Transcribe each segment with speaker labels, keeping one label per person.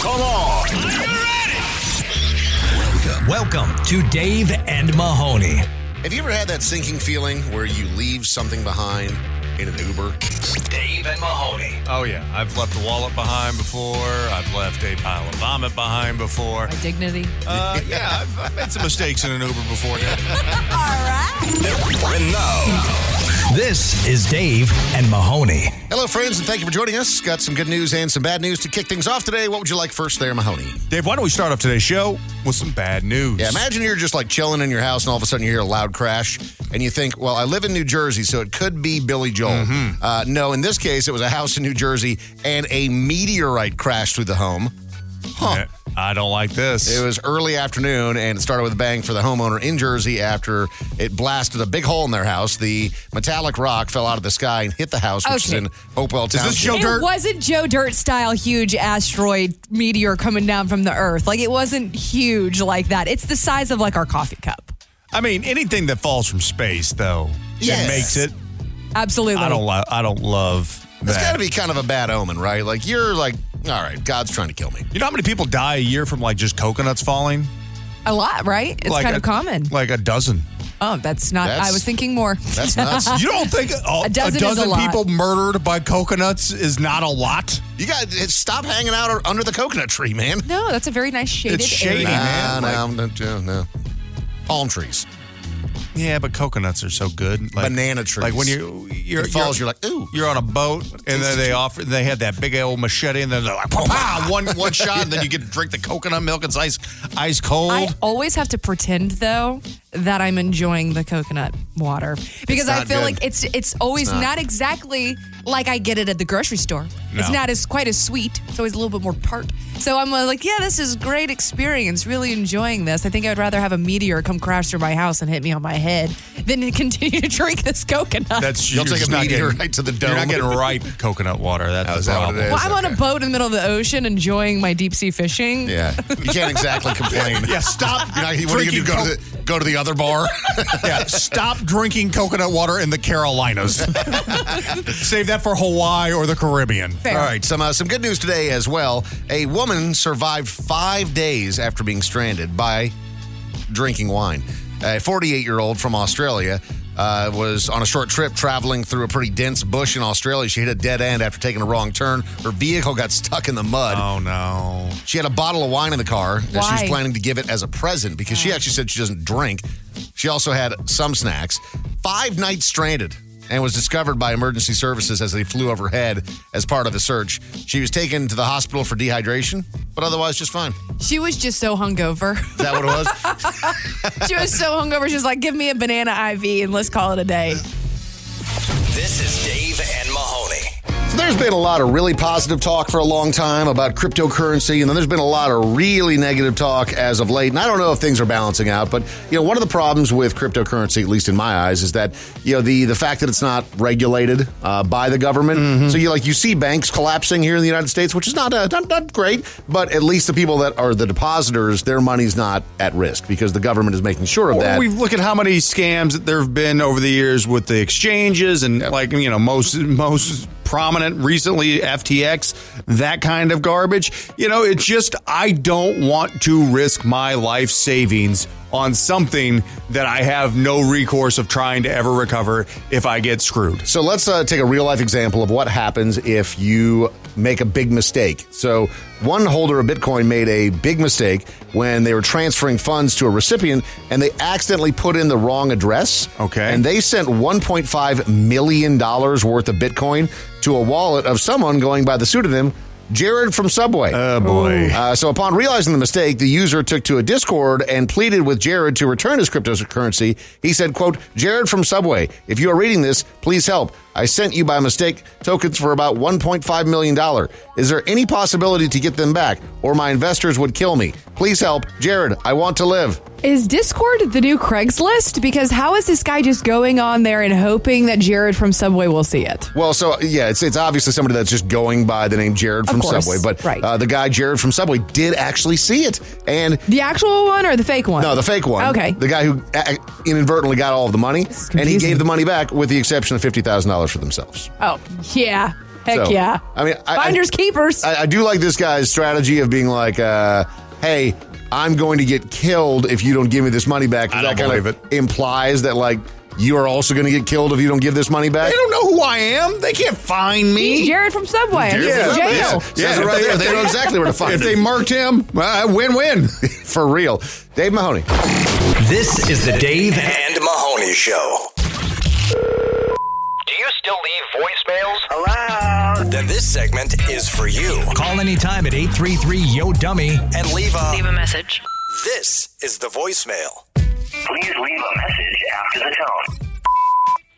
Speaker 1: Come on.
Speaker 2: Welcome to Dave and Mahoney.
Speaker 1: Have you ever had that sinking feeling where you leave something behind in an Uber?
Speaker 2: Dave and Mahoney.
Speaker 3: Oh yeah, I've left a wallet behind before. I've left a pile of vomit behind before.
Speaker 4: My dignity.
Speaker 3: Uh, yeah, I've, I've made some mistakes in an Uber before. Yeah.
Speaker 2: And now, this is Dave and Mahoney.
Speaker 1: Hello, friends, and thank you for joining us. Got some good news and some bad news to kick things off today. What would you like first there, Mahoney?
Speaker 3: Dave, why don't we start off today's show with some bad news?
Speaker 1: Yeah, imagine you're just like chilling in your house and all of a sudden you hear a loud crash and you think, well, I live in New Jersey, so it could be Billy Joel. Uh, no, in this case, it was a house in New Jersey and a meteorite crashed through the home.
Speaker 3: Yeah, I don't like this.
Speaker 1: It was early afternoon, and it started with a bang for the homeowner in Jersey after it blasted a big hole in their house. The metallic rock fell out of the sky and hit the house, which is
Speaker 4: Okay.
Speaker 1: in Hopewell Township.
Speaker 3: this Joe
Speaker 4: It
Speaker 3: Dirt?
Speaker 4: wasn't Joe Dirt style huge asteroid meteor coming down from the earth. Like it wasn't huge like that. It's the size of like our coffee cup.
Speaker 3: I mean, anything that falls from space though,
Speaker 1: Yes.
Speaker 3: it makes it.
Speaker 4: Absolutely.
Speaker 3: I don't. Li- I don't love
Speaker 1: It's
Speaker 3: that.
Speaker 1: got to be kind of a bad omen, right? Like you're like, all right, God's trying to kill me.
Speaker 3: You know how many people die a year from like just coconuts falling?
Speaker 4: A lot, right? It's
Speaker 3: like
Speaker 4: kind
Speaker 3: a-
Speaker 4: of common.
Speaker 3: Like a dozen.
Speaker 4: oh, that's not.
Speaker 1: That's-
Speaker 4: I was thinking more.
Speaker 1: That's nuts.
Speaker 3: You don't think oh,
Speaker 4: A dozen is a lot.
Speaker 3: people murdered by coconuts is not a lot?
Speaker 1: you got to stop hanging out under the coconut tree, man.
Speaker 4: No, that's a very nice shaded
Speaker 3: shady.
Speaker 4: area.
Speaker 3: man,
Speaker 1: no, no, no, no. Palm trees.
Speaker 3: Yeah, but coconuts are so good. Like,
Speaker 1: Banana trees.
Speaker 3: Like when you you're,
Speaker 1: It falls, you're like, ooh.
Speaker 3: you're on a boat, and then they offer. They had that big old machete, and then they're like, pow, pow, one one shot, and then you get to drink the coconut milk. It's ice ice cold.
Speaker 4: I always have to pretend though that I'm enjoying the coconut water because I
Speaker 1: not
Speaker 4: feel
Speaker 1: good.
Speaker 4: like it's it's always not. exactly like I get it at the grocery store. It's
Speaker 3: No.
Speaker 4: not as quite as sweet. It's always a little bit more tart. So I'm uh, like, yeah, this is great experience. Really enjoying this. I think I'd rather have a meteor come crash through my house and hit me on my head than to continue to drink this coconut.
Speaker 3: That's
Speaker 1: You'll
Speaker 3: you're
Speaker 1: take
Speaker 3: just
Speaker 1: a
Speaker 3: not
Speaker 1: meteorite
Speaker 3: getting-
Speaker 1: to the
Speaker 3: You're
Speaker 1: dome.
Speaker 3: not getting ripe coconut water. That's
Speaker 1: Oh,
Speaker 3: the
Speaker 1: is that what it
Speaker 3: problem.
Speaker 1: is?
Speaker 4: well, I'm on
Speaker 1: okay.
Speaker 4: a boat in the middle of the ocean enjoying my deep sea fishing.
Speaker 1: Yeah, you can't exactly complain.
Speaker 3: Yeah, stop.
Speaker 1: You're not, what are you
Speaker 3: drinking
Speaker 1: gonna do? Go
Speaker 3: co-
Speaker 1: to the go to the other bar?
Speaker 3: yeah, stop drinking coconut water in the Carolinas. Save that for Hawaii or the Caribbean.
Speaker 4: Fair.
Speaker 1: All right, some uh, some good news today as well. A woman survived five days after being stranded by drinking wine. A 48 year old from Australia uh, was on a short trip traveling through a pretty dense bush in Australia. She hit a dead end after taking a wrong turn. Her vehicle got stuck in the mud.
Speaker 3: Oh no.
Speaker 1: She had a bottle of wine in the car that she
Speaker 4: Why?
Speaker 1: was planning to give it as a present because she actually said she doesn't drink. She also had some snacks. Five nights stranded and was discovered by emergency services as they flew overhead as part of the search. She was taken to the hospital for dehydration, but otherwise just fine. Is
Speaker 4: She was just so hungover.
Speaker 1: that what it was?
Speaker 4: She was so hungover. She was like, give me a banana IV and let's call it a day.
Speaker 2: This is Dave and Mahoney.
Speaker 1: so there's been a lot of really positive talk for a long time about cryptocurrency, and then there's been a lot of really negative talk as of late. And I don't know if things are balancing out, but you know, one of the problems with cryptocurrency, at least in my eyes, is that you know the the fact that it's not regulated uh, by the government. So you like you see banks collapsing here in the United States, which is not, uh, not not great, but at least the people that are the depositors, their money's not at risk because the government is making sure of that.
Speaker 3: we look at how many scams that there have been over the years with the exchanges and like you know most most prominent recently FTX that kind of garbage you know it's just I don't want to risk my life savings on something that I have no recourse of trying to ever recover if I get screwed
Speaker 1: So let's uh, take a real life example of what happens if you make a big mistake. So, one holder of Bitcoin made a big mistake when they were transferring funds to a recipient and they accidentally put in the wrong address.
Speaker 3: Okay.
Speaker 1: And they sent $1.5 million worth of Bitcoin to a wallet of someone going by the pseudonym Jared from Subway.
Speaker 3: Oh, boy.
Speaker 1: Uh, so, upon realizing the mistake, the user took to a Discord and pleaded with Jared to return his cryptocurrency. He said, "Quote, Jared from Subway, if you are reading this, please help. I sent you by mistake tokens for about 1.5 million dollar. Is there any possibility to get them back, or my investors would kill me? Please help, Jared. I want to live."
Speaker 5: Is Discord the new Craigslist? Because how is this guy just going on there and hoping that Jared from Subway will see it?
Speaker 1: Well, so yeah, it's it's obviously somebody that's just going by the name Jared from
Speaker 5: course,
Speaker 1: Subway, but
Speaker 5: right.
Speaker 1: uh, the guy Jared from Subway did actually see it, and
Speaker 5: The actual one or the fake one?
Speaker 1: No, the fake one.
Speaker 5: Okay.
Speaker 1: The guy who a- inadvertently got all of the money,
Speaker 5: is
Speaker 1: and he
Speaker 5: confusing.
Speaker 1: gave the money back with the exception of fifty thousand dollars for themselves.
Speaker 5: Oh, yeah. Heck
Speaker 1: So,
Speaker 5: yeah.
Speaker 1: I mean, I-
Speaker 5: Finders
Speaker 1: I-
Speaker 5: keepers.
Speaker 1: I, I do like this guy's strategy of being like, uh, "Hey, I'm going to get killed if you don't give me this money back." 'cause
Speaker 3: I don't
Speaker 1: that
Speaker 3: believe
Speaker 1: kind
Speaker 3: it.
Speaker 1: of implies that like you are also going to get killed if you don't give this money back.
Speaker 3: They don't know who I am. They can't find
Speaker 5: He's
Speaker 3: me.
Speaker 5: Jared from Subway. I'm
Speaker 1: Jared
Speaker 5: in
Speaker 1: from
Speaker 5: jail.
Speaker 1: Subway. Yeah. Says it right there. They know exactly where to find
Speaker 3: If
Speaker 1: him.
Speaker 3: they marked him, uh, win-win.
Speaker 1: for real, Dave Mahoney.
Speaker 2: This is the Dave and Mahoney Show.
Speaker 6: Do you still leave voicemails? Hello?
Speaker 2: Then this segment is for you. Call anytime at 833 Yo Dummy and leave a.
Speaker 7: Leave a message.
Speaker 2: This is the voicemail.
Speaker 6: Please leave a message after the tone.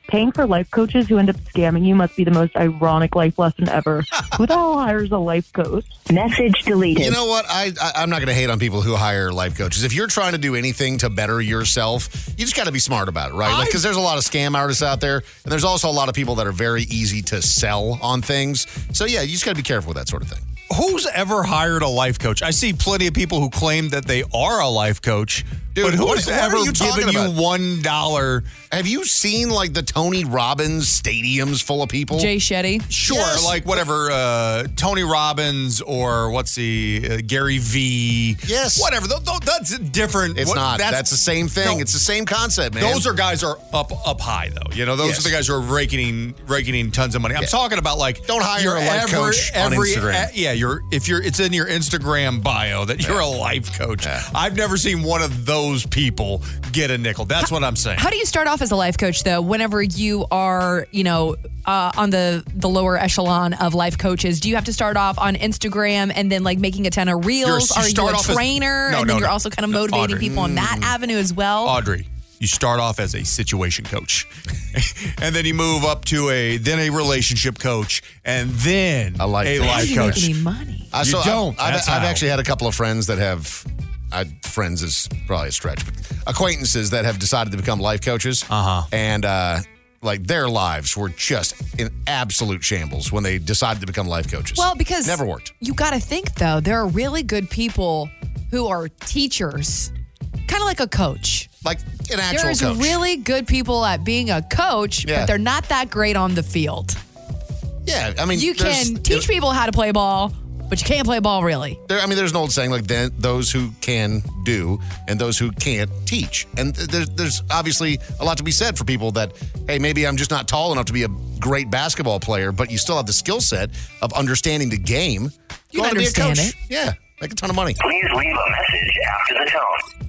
Speaker 8: Paying for life coaches who end up scamming you must be the most ironic life lesson ever. Who the hell hires a life coach?
Speaker 7: Message deleted.
Speaker 1: You know what? I, I I'm not going to hate on people who hire life coaches. If you're trying to do anything to better yourself, you just got to be smart about it, right? Because there's a lot of scam artists out there, and there's also a lot of people that are very easy to sell on things. So yeah, you just got to be careful with that sort of thing.
Speaker 3: Who's ever hired a life coach? I see plenty of people who claim that they are a life coach,
Speaker 1: Dude,
Speaker 3: but
Speaker 1: what-
Speaker 3: who's
Speaker 1: what are
Speaker 3: ever
Speaker 1: you talking
Speaker 3: given you
Speaker 1: about?
Speaker 3: one dollar?
Speaker 1: Have you seen like the Tony Robbins stadiums full of people?
Speaker 4: Jay Shetty.
Speaker 3: Sure,
Speaker 1: Yes.
Speaker 3: like whatever uh, Tony Robbins or what's the uh, Gary V.
Speaker 1: Yes.
Speaker 3: whatever. Tho- tho- that's different.
Speaker 1: it's
Speaker 3: What-
Speaker 1: not. That's, the same thing.
Speaker 3: No.
Speaker 1: It's the same concept, man.
Speaker 3: Those are guys are up up high though. You know, those
Speaker 1: Yes.
Speaker 3: are the guys who are raking raking in tons of money. I'm
Speaker 1: Yeah.
Speaker 3: talking about like
Speaker 1: Don't hire
Speaker 3: your
Speaker 1: a life coach on Instagram.
Speaker 3: yeah, you're if you're it's in your Instagram bio that you're a life coach.
Speaker 1: Yeah.
Speaker 3: I've never seen one of those people get a nickel. That's what I'm saying.
Speaker 4: How do you start off as a life coach though? Whenever you are, you know, uh, on the the lower echelon of life coaches, do you have to start off on Instagram and then like making a ton of reels?
Speaker 3: you
Speaker 4: are you
Speaker 3: start
Speaker 4: a
Speaker 3: off as-
Speaker 4: trainer?
Speaker 3: No,
Speaker 4: and
Speaker 3: no,
Speaker 4: then you're
Speaker 3: no.
Speaker 4: also kind of
Speaker 3: No,
Speaker 4: motivating
Speaker 3: Audrey.
Speaker 4: people on that
Speaker 1: Mm.
Speaker 4: avenue as well.
Speaker 3: Audrey, you start off as a situation coach, and then you move up to a then a relationship coach, and then
Speaker 1: I like
Speaker 3: a
Speaker 1: that.
Speaker 4: How do
Speaker 3: life
Speaker 4: you
Speaker 3: coach.
Speaker 4: make any money?
Speaker 1: I
Speaker 3: You
Speaker 1: Uh, so
Speaker 3: don't.
Speaker 1: I've,
Speaker 3: That's
Speaker 1: I've, I've
Speaker 3: how.
Speaker 1: actually had a couple of friends that have, I, friends is probably a stretch, but acquaintances that have decided to become life coaches. Uh-huh. And, uh like their lives were just in absolute shambles when they decided to become life coaches.
Speaker 4: Well, because
Speaker 1: never worked.
Speaker 4: You got to think though. There are really good people who are teachers, kind of like a coach.
Speaker 1: Like an actual
Speaker 4: There's
Speaker 1: coach.
Speaker 4: really good people at being a coach,
Speaker 1: Yeah.
Speaker 4: but they're not that great on the field.
Speaker 1: yeah, I mean,
Speaker 4: You
Speaker 1: there's-
Speaker 4: can teach people how to play ball, but you can't play ball really.
Speaker 1: There, I mean, there's an old saying like then those who can do and those who can't teach. And th- there's, there's obviously a lot to be said for people that, hey, maybe I'm just not tall enough to be a great basketball player, but you still have the skill set of understanding the game.
Speaker 4: You
Speaker 1: Go on to be a
Speaker 4: understand
Speaker 1: coach.
Speaker 4: it.
Speaker 1: Yeah, make a ton of money.
Speaker 6: Please leave a message after the tone.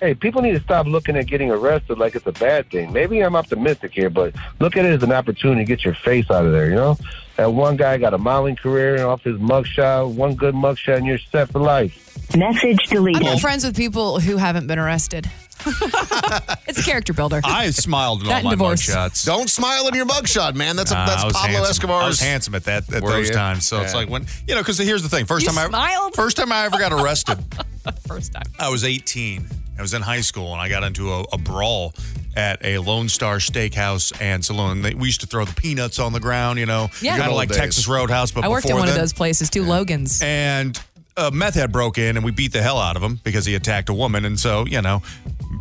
Speaker 9: hey, people need to stop looking at getting arrested like it's a bad thing. Maybe I'm optimistic here, but look at it as an opportunity to get your face out of there, you know? That one guy got a modeling career and off his mugshot, one good mugshot, and you're set for life.
Speaker 7: Message deleted.
Speaker 4: I'm friends with people who haven't been arrested. it's a character builder.
Speaker 3: I smiled in
Speaker 4: That
Speaker 3: all my
Speaker 4: and divorce.
Speaker 3: mugshots.
Speaker 1: Don't smile in your mugshot, man. That's a,
Speaker 3: Nah, I
Speaker 1: that's
Speaker 3: was
Speaker 1: Pablo
Speaker 3: handsome. I was
Speaker 1: Escobar's.
Speaker 3: handsome at that at
Speaker 1: Were
Speaker 3: those
Speaker 1: you?
Speaker 3: times. So it's
Speaker 1: Yeah.
Speaker 3: like when you know because here's the thing. First
Speaker 4: You
Speaker 3: time
Speaker 4: smiled?
Speaker 3: I first time I ever got arrested.
Speaker 4: First time.
Speaker 3: I was 18. I was in high school and I got into a, a brawl at a Lone Star Steakhouse and Saloon. They- We used to throw the peanuts on the ground, you know,
Speaker 4: Yeah.
Speaker 3: kind
Speaker 4: Good
Speaker 3: of
Speaker 4: old
Speaker 3: like
Speaker 1: days.
Speaker 3: Texas Roadhouse. But
Speaker 4: I worked in
Speaker 3: before
Speaker 4: one of
Speaker 3: then.
Speaker 4: those places too, Logan's.
Speaker 3: And a meth head broke in and we beat the hell out of him because he attacked a woman. And so, you know,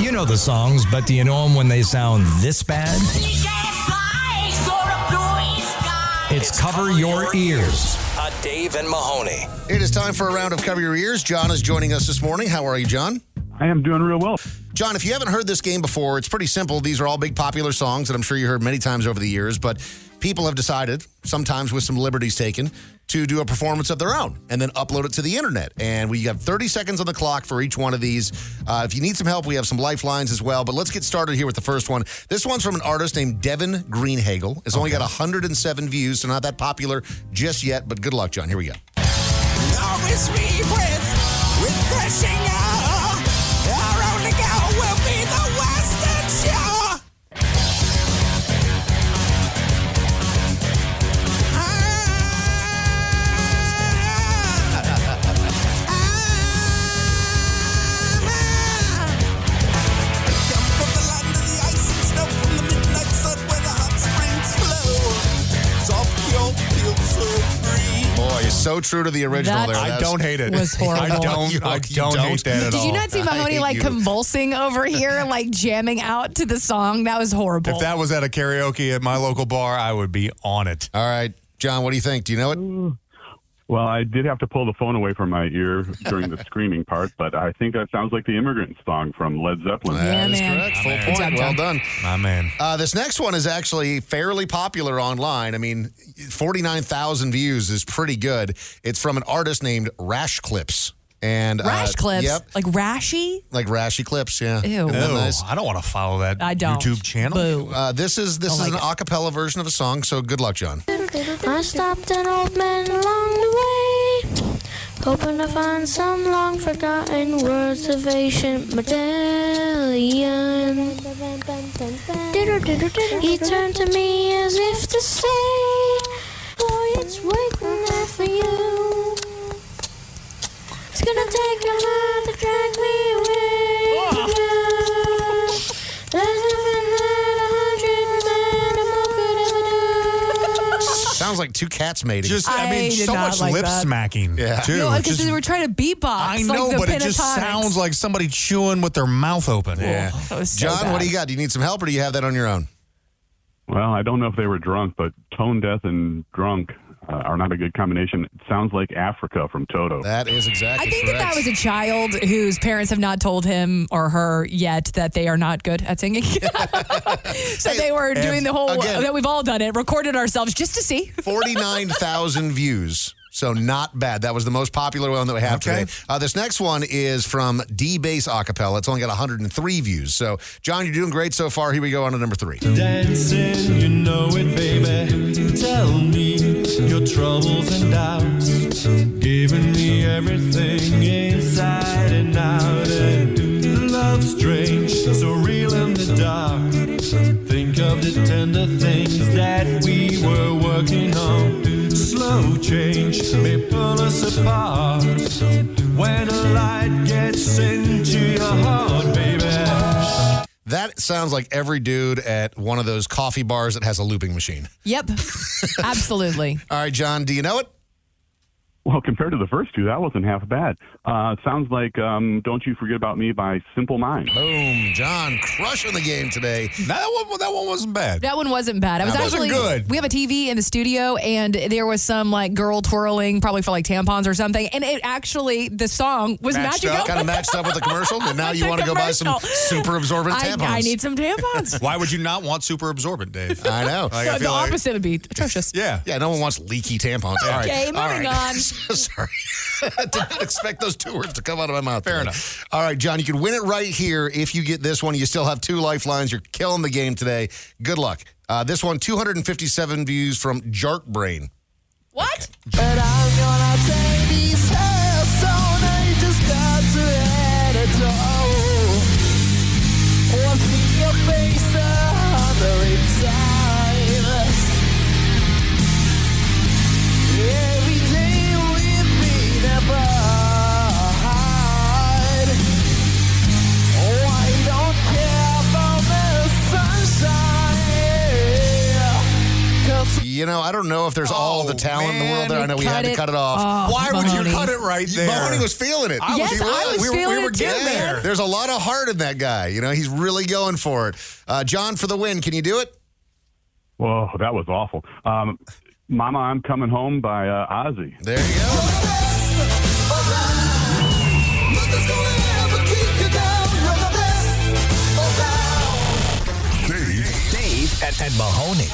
Speaker 10: You know the songs, but do you know them when they sound this bad? It's Cover Your Ears. A Dave and Mahoney.
Speaker 1: It is time for a round of Cover Your Ears. John is joining us this morning. How are you, John?
Speaker 3: I am doing real well.
Speaker 1: John, if you haven't heard this game before, it's pretty simple. These are all big popular songs that I'm sure you heard many times over the years, but people have decided, sometimes with some liberties taken, to do a performance of their own and then upload it to the internet. And we have 30 seconds on the clock for each one of these. Uh, if you need some help, we have some lifelines as well, but let's get started here with the first one. This one's from an artist named Devin Greenhagel. It's only got 107 views, so not that popular just yet, but good luck, John. Here we go.
Speaker 6: Always be with refreshing air. Our only goal will be the Western Shore. Come from the land of the ice and snow, from the midnight sun where the hot springs flow. Soft yolk feels so green.
Speaker 1: Boy, you're so true to the original
Speaker 11: That
Speaker 1: there.
Speaker 11: I
Speaker 1: That's-
Speaker 11: don't hate it. was horrible.
Speaker 12: I don't-
Speaker 1: You-
Speaker 12: I
Speaker 1: you
Speaker 12: don't hate that at
Speaker 11: Did you not see
Speaker 1: I
Speaker 11: Mahoney
Speaker 1: hate
Speaker 11: like
Speaker 1: you.
Speaker 11: convulsing over here, like jamming out to the song? That was horrible.
Speaker 12: If that was at a karaoke at my local bar, I would be on it.
Speaker 1: All right, John, what do you think? Do you know it?
Speaker 3: Well, I did have to pull the phone away from my ear during the screaming part, but I think that sounds like the immigrant song from Led Zeppelin.
Speaker 1: That is correct. Full point. well done.
Speaker 12: My man.
Speaker 1: Uh, this next one is actually fairly popular online. I mean, 49,000 views is pretty good. It's from an artist named Rash Clips. And, uh,
Speaker 4: Rash clips,
Speaker 1: Yep.
Speaker 4: like rashy.
Speaker 1: Like Rash Clips, yeah.
Speaker 4: Ew.
Speaker 1: Isn't that
Speaker 4: Ew,
Speaker 12: I don't want to follow that
Speaker 4: I don't. YouTube
Speaker 12: channel.
Speaker 1: Uh, this is
Speaker 4: Oh
Speaker 1: this is an a cappella version of a song, so good luck, John.
Speaker 9: I stopped an old man along the way, hoping to find some long forgotten words of ancient medallion. He turned to me as if to say, Boy, it's waiting there for you. It's gonna take a lot to drag me away. There's nothing that a hundred men or more could ever do.
Speaker 1: Sounds like two cats mating.
Speaker 12: Just, I mean, so much lip smacking,
Speaker 1: Yeah.
Speaker 12: too.
Speaker 4: no,
Speaker 12: Just-
Speaker 4: because they were trying to beatbox.
Speaker 12: I know,
Speaker 4: like the
Speaker 12: but it just
Speaker 4: pentatonics.
Speaker 12: sounds like somebody chewing with their mouth open.
Speaker 1: Yeah. John, what do you got? Do you need some help or do you have that on your own?
Speaker 3: Well, I don't know if they were drunk, but tone deaf and drunk uh, are not a good combination. It sounds like Africa from Toto.
Speaker 1: That is exactly
Speaker 4: I think that that was a child whose parents have not told him or her yet that they are not good at singing. so they were doing the whole
Speaker 1: again-
Speaker 4: that we've all done it, recorded ourselves just to see.
Speaker 1: 49,000 views. So not bad. That was the most popular one that we have
Speaker 4: Okay.
Speaker 1: today. Uh, this next one is from D Bass Acapella. It's only got 103 views. So, John, you're doing great so far. Here we go on to number three.
Speaker 6: Dancing, you know it, baby. Tell me your troubles and doubts. Giving me everything inside and out. And love's strange, so real in the dark. Think of the tender things that we were working on.
Speaker 13: slow change may pull us apart. When a light gets into your heart, baby.
Speaker 1: That sounds like every dude at one of those coffee bars that has a looping machine.
Speaker 4: Yep. Absolutely.
Speaker 1: All right, John, do you know it?
Speaker 14: Well, compared to the first two, that wasn't half bad. Uh, sounds like um, "Don't You Forget About Me" by Simple Minds.
Speaker 1: Boom, John, crushing the game today.
Speaker 3: That one, that one wasn't bad.
Speaker 4: That one wasn't bad. I was
Speaker 3: That wasn't
Speaker 4: actually
Speaker 3: good.
Speaker 4: We have a TV in the studio, and there was some like girl twirling, probably for like tampons or something. And it actually, the song was
Speaker 1: matched
Speaker 4: magical.
Speaker 1: up, kind of matched up with the commercial, and now you
Speaker 4: The
Speaker 1: want to go buy some
Speaker 4: commercial.
Speaker 1: super absorbent
Speaker 4: I,
Speaker 1: tampons.
Speaker 4: I need some tampons.
Speaker 3: Why would you not want super absorbent, Dave?
Speaker 1: I know.
Speaker 3: Like, I
Speaker 4: the
Speaker 3: feel like-
Speaker 4: opposite would be atrocious.
Speaker 3: yeah.
Speaker 1: Yeah, no one wants leaky tampons. All right.
Speaker 4: Okay,
Speaker 1: All
Speaker 4: moving
Speaker 1: right.
Speaker 4: on.
Speaker 1: Sorry. I did not expect those two words to come out of my mouth. Fair enough. All right, John, you can win it right here if you get this one. You still have two lifelines. You're killing the game today. Good luck. Uh, this one, 257 views from Jark Brain.
Speaker 4: What?
Speaker 13: But I'm gonna take these tests, so now you just got to head it all. Won't see your face a hundred times. Every day we've been apart. Oh, I don't care about the sunshine. 'Cause
Speaker 1: You know, I don't know if there's all the talent in the world there. I know we
Speaker 4: cut
Speaker 1: had to
Speaker 4: it
Speaker 1: cut it off.
Speaker 4: off, Why would you Mahoney. cut
Speaker 3: it right there?
Speaker 1: Mahoney was feeling it.
Speaker 4: Yes,
Speaker 1: he
Speaker 4: I was
Speaker 1: we were-
Speaker 4: feeling
Speaker 1: we were
Speaker 4: it too,
Speaker 1: getting
Speaker 4: man.
Speaker 1: there. There's a lot of heart in that guy. You know, he's really going for it. Uh, John, for the win, can you do it?
Speaker 14: Whoa, that was awful. Um, "Mama, I'm Coming Home" by uh, Ozzy.
Speaker 1: There you go.
Speaker 2: Dave and, and Mahoney.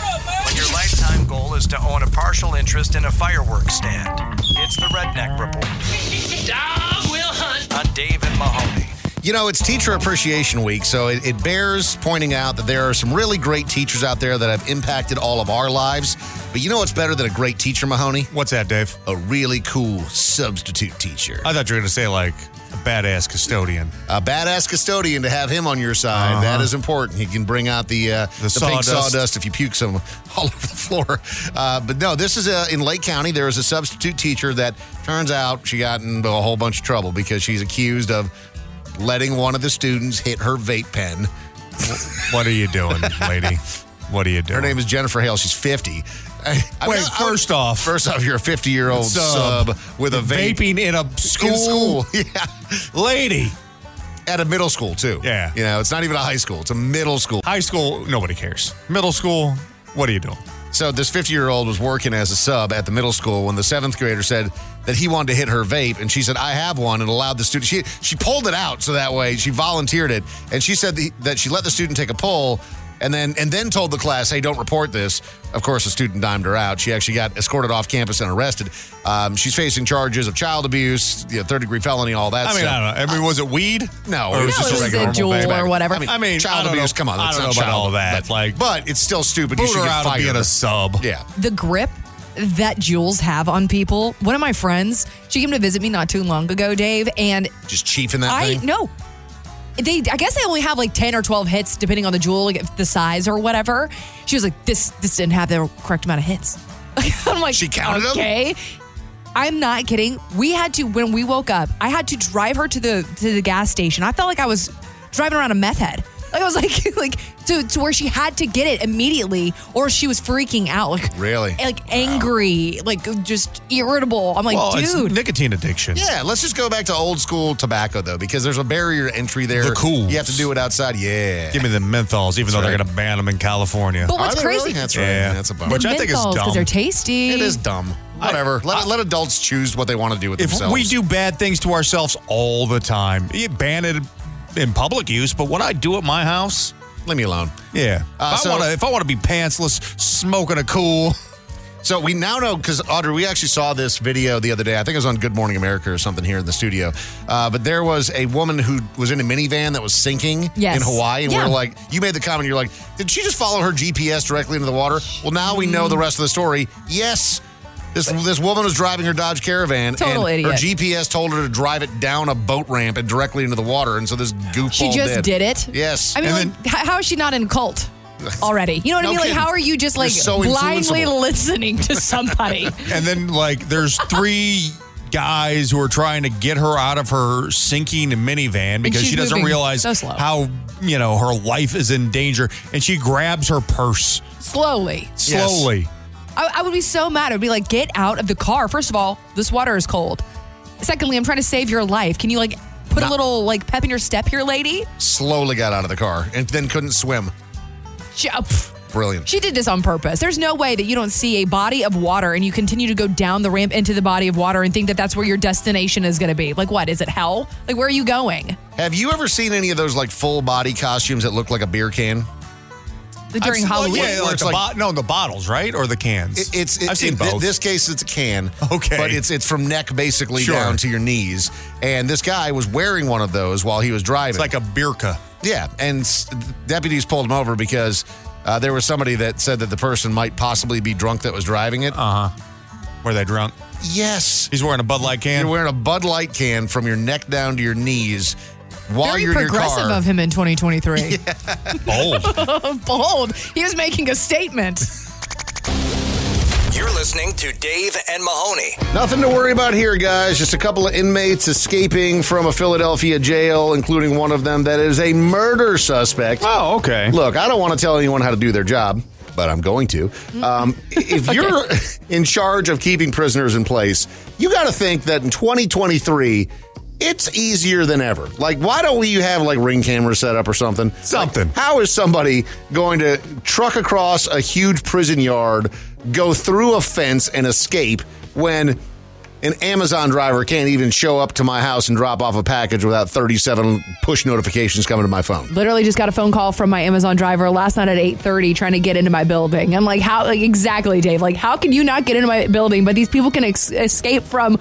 Speaker 2: When your lifetime goal is to own a partial interest in a fireworks stand, it's the Redneck Report. Dog will hunt. On Dave and Mahoney.
Speaker 1: You know, it's Teacher Appreciation Week, so it, it bears pointing out that there are some really great teachers out there that have impacted all of our lives. But you know what's better than a great teacher, Mahoney?
Speaker 3: What's that, Dave?
Speaker 1: A really cool substitute teacher.
Speaker 3: I thought you were going to say like a badass custodian.
Speaker 1: A badass custodian to have him on your side.
Speaker 3: Uh-huh.
Speaker 1: That is important. He can bring out the, uh, the, pink
Speaker 3: sawdust.
Speaker 1: sawdust if you puke some all over the floor. Uh, but no, this is uh in Lake County. There is a substitute teacher that turns out she got into a whole bunch of trouble because she's accused of letting one of the students hit her vape pen.
Speaker 3: What are you doing, lady? What are you doing?
Speaker 1: Her name is Jennifer Hale. She's 50.
Speaker 3: Wait, first off,
Speaker 1: First off, you're a 50 year old
Speaker 3: Sub.
Speaker 1: sub, with a vape
Speaker 3: vaping in a school,
Speaker 1: in school. Yeah.
Speaker 3: lady.
Speaker 1: At a middle school, too.
Speaker 3: Yeah.
Speaker 1: You know, it's not even a high school, it's a middle school.
Speaker 3: High school, nobody cares. Middle school, what are you doing?
Speaker 1: So this 50 year old was working as a sub at the middle school when the seventh grader said that he wanted to hit her vape, and she said, "I have one," and allowed the student. She she pulled it out so that way she volunteered it, and she said the, that she let the student take a pull. And then, and then told the class, "Hey, don't report this." Of course, the student dimed her out. She actually got escorted off campus and arrested. Um, she's facing charges of child abuse, you know, third degree felony, all that.
Speaker 3: I mean,
Speaker 1: stuff.
Speaker 3: I don't know. I mean, was it weed?
Speaker 1: No,
Speaker 3: Or
Speaker 1: it was
Speaker 3: was just
Speaker 4: it
Speaker 3: a
Speaker 4: was
Speaker 3: regular
Speaker 4: a jewel
Speaker 3: normal
Speaker 4: or
Speaker 3: vape?
Speaker 4: whatever.
Speaker 1: I mean,
Speaker 3: I mean,
Speaker 1: child
Speaker 3: I don't
Speaker 1: abuse.
Speaker 3: know-
Speaker 1: Come on,
Speaker 3: I
Speaker 1: that's
Speaker 3: don't
Speaker 1: not
Speaker 3: know about
Speaker 1: child-
Speaker 3: all that.
Speaker 1: But,
Speaker 3: Like,
Speaker 1: but it's still stupid. You
Speaker 3: boot
Speaker 1: should
Speaker 3: her
Speaker 1: get
Speaker 3: out of
Speaker 1: fired.
Speaker 3: being a sub.
Speaker 1: yeah.
Speaker 4: the grip that Jules have on people. One of my friends, she came to visit me not too long ago, Dave, and
Speaker 1: Just chiefing that
Speaker 4: I
Speaker 1: thing.
Speaker 4: no. They, I guess they only have like ten or twelve hits, depending on the jewel, like if the size or whatever. She was like, "This, this didn't have the correct amount of hits." I'm like,
Speaker 1: She counted 'em?
Speaker 4: okay. I'm not kidding. We had to when we woke up. I had to drive her to the to the gas station. I felt like I was driving around a meth head. Like I was like like to to where she had to get it immediately, or she was freaking out. Like
Speaker 1: Really?
Speaker 4: like angry, like just irritable. I'm like,
Speaker 3: well, it's
Speaker 4: dude,
Speaker 3: nicotine addiction.
Speaker 1: Yeah, let's just go back to old school tobacco though, because there's a barrier to entry there.
Speaker 3: The cools.
Speaker 1: You have to do it outside. Yeah.
Speaker 3: Give me the menthols, even though
Speaker 1: That's right.
Speaker 3: they're going to ban them in California.
Speaker 4: But
Speaker 1: Are
Speaker 4: what's
Speaker 1: they
Speaker 4: crazy?
Speaker 1: really? That's right.
Speaker 3: Yeah.
Speaker 1: That's a bummer.
Speaker 3: Which I think is
Speaker 4: because
Speaker 3: dumb.
Speaker 4: they're tasty.
Speaker 1: It is dumb. Whatever. let, let adults choose what they want to do with
Speaker 3: if
Speaker 1: themselves.
Speaker 3: we do bad things to ourselves all the time, you ban it in public use, but what I do at my house,
Speaker 1: leave me alone.
Speaker 3: yeah.
Speaker 1: Uh,
Speaker 3: if I
Speaker 1: so-
Speaker 3: want to, if I want to be pantsless, smoking a cool,
Speaker 1: So we now know because Audrey, we actually saw this video the other day. I think it was on Good Morning America or something here in the studio. Uh, but there was a woman who was in a minivan that was sinking
Speaker 4: Yes.
Speaker 1: in Hawaii, and
Speaker 4: Yeah.
Speaker 1: we are like, you made the comment. You're like, did she just follow her GPS directly into the water? Well, now we know the rest of the story. Yes. This, this woman was driving her Dodge Caravan,
Speaker 4: Total
Speaker 1: and her
Speaker 4: idiot.
Speaker 1: GPS told her to drive it down a boat ramp and directly into the water, and so this goofball
Speaker 4: She just
Speaker 1: did.
Speaker 4: did it.
Speaker 1: Yes,
Speaker 4: I mean,
Speaker 1: And
Speaker 4: like, h- how is she not in a cult?
Speaker 15: already. You know what I
Speaker 3: No
Speaker 15: mean?
Speaker 3: kidding.
Speaker 15: Like, how are you just
Speaker 3: You're
Speaker 15: like
Speaker 3: so
Speaker 15: blindly
Speaker 3: influenceable.
Speaker 15: listening to somebody?
Speaker 3: and then like there's three guys who are trying to get her out of her sinking minivan because
Speaker 15: she's
Speaker 3: she doesn't
Speaker 15: moving
Speaker 3: realize
Speaker 15: so slow.
Speaker 3: how you know her life is in danger and she grabs her purse
Speaker 15: Slowly.
Speaker 3: slowly
Speaker 15: I, I would be so mad. I'd be like, get out of the car. First of all, this water is cold. Secondly, I'm trying to save your life. Can you like put a little like pep in your step here, lady?
Speaker 1: Slowly got out of the car and then couldn't swim.
Speaker 15: She, uh, pff,
Speaker 1: Brilliant.
Speaker 15: she did this on purpose. There's no way that you don't see a body of water and you continue to go down the ramp into the body of water and think that that's where your destination is going to be. Like, what? Is it hell? Like, where are you going?
Speaker 1: Have you ever seen any of those like full body costumes that look like a beer can?
Speaker 15: The- During
Speaker 3: I've- well,
Speaker 15: Halloween.
Speaker 3: yeah,
Speaker 1: Where
Speaker 3: like
Speaker 1: it's
Speaker 3: the
Speaker 1: like-
Speaker 3: bo- no the bottles right or the cans
Speaker 1: It- it's it-
Speaker 3: I've seen
Speaker 1: it-
Speaker 3: both
Speaker 1: In this case, it's a can.
Speaker 3: Okay.
Speaker 1: but it's it's from neck basically
Speaker 3: Sure.
Speaker 1: down to your knees. And this guy was wearing one of those while he was driving. It's
Speaker 3: like a birka.
Speaker 1: Yeah, and s- deputies pulled him over because uh, there was somebody that said that the person might possibly be drunk that was driving it.
Speaker 3: Uh huh. Were they drunk?
Speaker 1: Yes.
Speaker 3: He's wearing a Bud Light can.
Speaker 1: You're wearing a Bud Light can from your neck down to your knees while
Speaker 15: Very
Speaker 1: you're in your car.
Speaker 15: progressive of him in 2023.
Speaker 3: Bold.
Speaker 15: Bold. He was making a statement.
Speaker 6: You're listening to Dave and Mahoney.
Speaker 1: Nothing to worry about here, guys. Just a couple of inmates escaping from a Philadelphia jail, including one of them that is a murder suspect.
Speaker 3: Oh, okay.
Speaker 1: Look, I don't want to tell anyone how to do their job, but I'm going to. Um, if you're in charge of keeping prisoners in place, you got to think that in 2023, it's easier than ever. Like, why don't we have like ring cameras set up or something? Something. how is somebody going to truck across a huge prison yard, go through a fence, and escape when an Amazon driver can't even show up to my house and drop off a package without 37 push notifications coming to my phone?
Speaker 4: Literally just got a phone call from my Amazon driver last night at 8:30 trying to get into my building. I'm like, how like exactly, Dave? Like how can you not get into my building but these people can ex- escape from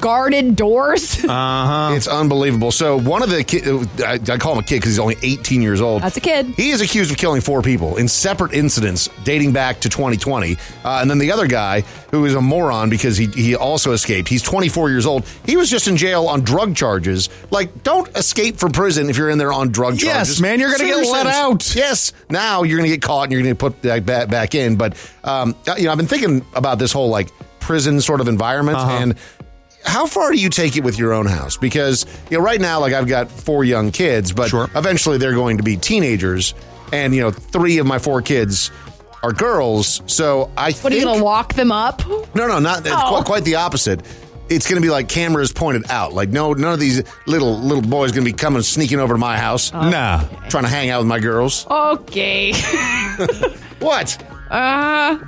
Speaker 4: guarded doors?
Speaker 1: Uh-huh. It's unbelievable. So one of the ki- I, I call him a kid because he's only 18 years old.
Speaker 4: That's a kid.
Speaker 1: He is accused of killing four people in separate incidents dating back to 2020. Uh, and then the other guy, who is a moron because he, he also escaped, he's 24 years old. He was just in jail on drug charges. Like, don't escape from prison if you're in there on drug
Speaker 3: Yes,
Speaker 1: charges.
Speaker 3: man, you're gonna get
Speaker 1: Seriously.
Speaker 3: let out.
Speaker 1: Yes, now you're going to get caught and you're going to put that back, back in. But, um, you know, I've been thinking about this whole like prison sort of environment
Speaker 3: Uh-huh.
Speaker 1: and how far do you take it with your own house? Because you know, right now, like I've got four young kids, but eventually they're going to be teenagers, and you know, three of my four kids are girls. So I
Speaker 4: What are you Oh. going to walk them up?
Speaker 1: no, no, not it's quite, quite the opposite. It's going to be like cameras pointed out. Like no, none of these little little boys going to be coming sneaking over to my house.
Speaker 4: Oh.
Speaker 3: nah,
Speaker 1: trying to hang out with my girls.
Speaker 4: Okay.
Speaker 1: What?
Speaker 4: Uh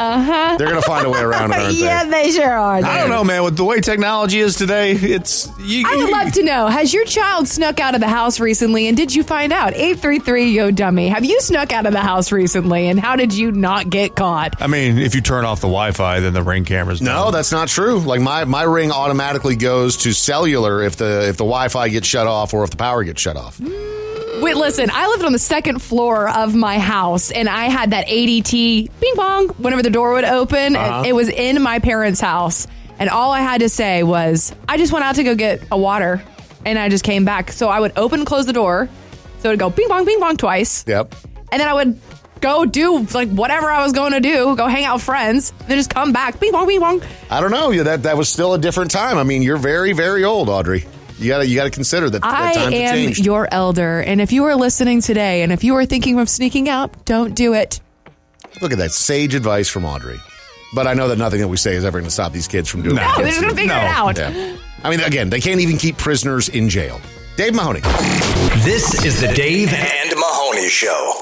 Speaker 1: Uh,
Speaker 4: huh.
Speaker 1: they're going to find a way around it. Aren't
Speaker 4: Uh-huh. yeah,
Speaker 1: they?
Speaker 4: they sure are.
Speaker 3: I don't
Speaker 4: Dave.
Speaker 3: know, man. With the way technology is today, it's you,
Speaker 4: I would love to know. Has your child snuck out of the house recently and did you find out? 833 yo dummy. Have you snuck out of the house recently and how did you not get caught?
Speaker 1: Uh,
Speaker 3: I mean, if you turn off the Wi-Fi, then the ring cameras.
Speaker 1: No, Oh, that's not true. Like my, my ring automatically goes to cellular if the if the Wi-Fi gets shut off or if the power gets shut off.
Speaker 4: Wait, listen, I lived on the second floor of my house and I had that ADT bing bong whenever the door would open.
Speaker 16: Uh-huh.
Speaker 4: It was in my parents' house. And all I had to say was, I just went out to go get a water and I just came back. So I would open and close the door. So it would go bing bong, bing bong twice.
Speaker 1: Yep.
Speaker 4: And then I would go do like whatever I was going to do, go hang out with friends, then just come back. Bing bong, bing bong.
Speaker 1: I don't know. Yeah, That that was still a different time. I mean, you're very very old, Audrey. You gotta you gotta consider that. that
Speaker 4: I
Speaker 1: times have
Speaker 4: am
Speaker 1: changed.
Speaker 4: your elder. And if you are listening today and if you are thinking of sneaking out, don't do it.
Speaker 1: Look at that sage advice from Audrey. But I know that nothing that we say is ever going to stop these kids from doing.
Speaker 4: No.
Speaker 1: what
Speaker 4: No,
Speaker 1: kids
Speaker 4: Oh, they're gonna
Speaker 1: do.
Speaker 4: figure it out.
Speaker 1: Yeah. I mean, again, they can't even keep prisoners in jail. Dave Mahoney.
Speaker 6: This is the Dave and Mahoney Show.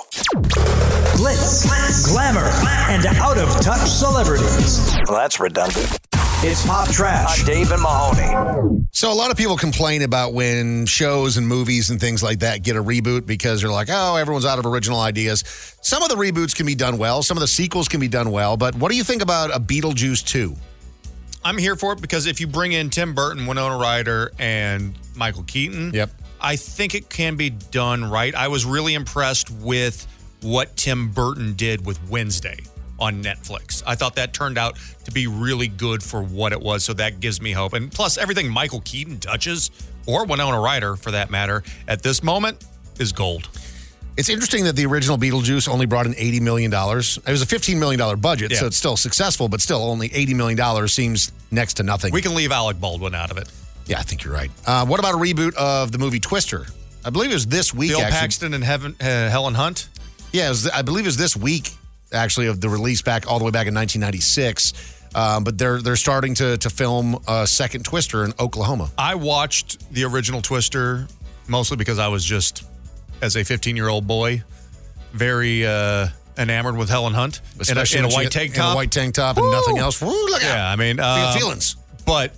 Speaker 17: Glitz, glamour, and out of touch celebrities.
Speaker 6: Well, that's redundant. It's pop
Speaker 2: Uh,
Speaker 6: trash. On Dave and Mahoney.
Speaker 1: So a lot of people complain about when shows and movies and things like that get a reboot because they're like, oh, everyone's out of original ideas. Some of the reboots can be done well, some of the sequels can be done well, but what do you think about a Beetlejuice 2?
Speaker 3: I'm here for it because if you bring in Tim Burton, Winona Ryder, and Michael Keaton, yep, I think it can be done right. I was really impressed with what Tim Burton did with Wednesday on Netflix. I thought that turned out to be really good for what it was, so that gives me hope. And plus, everything Michael Keaton touches, or Winona Ryder for that matter, at this moment is gold.
Speaker 1: It's interesting that the original Beetlejuice only brought in $80 million. It was a $15 million budget, so
Speaker 17: Yeah.
Speaker 1: it's still successful, but still only $80 million seems next to nothing.
Speaker 17: We can leave Alec Baldwin out of it.
Speaker 1: Yeah, I think you're right. Uh, what about a reboot of the movie Twister? I believe it was this week.
Speaker 17: Bill
Speaker 1: actually.
Speaker 17: Paxton and Heaven, uh, Helen Hunt.
Speaker 1: Yeah, it was, I believe it was this week actually of the release back all the way back in 1996. Um, but they're they're starting to to film a second Twister in Oklahoma.
Speaker 17: I watched the original Twister mostly because I was just, as a 15 year old boy, very uh, enamored with Helen Hunt in a-
Speaker 1: Especially
Speaker 17: in a,
Speaker 1: when she-
Speaker 17: white tank
Speaker 1: in a
Speaker 17: top,
Speaker 1: white tank top and nothing else. Woo, look
Speaker 17: yeah,
Speaker 1: out.
Speaker 17: I mean,
Speaker 1: Feel
Speaker 17: uh,
Speaker 1: feelings.
Speaker 17: But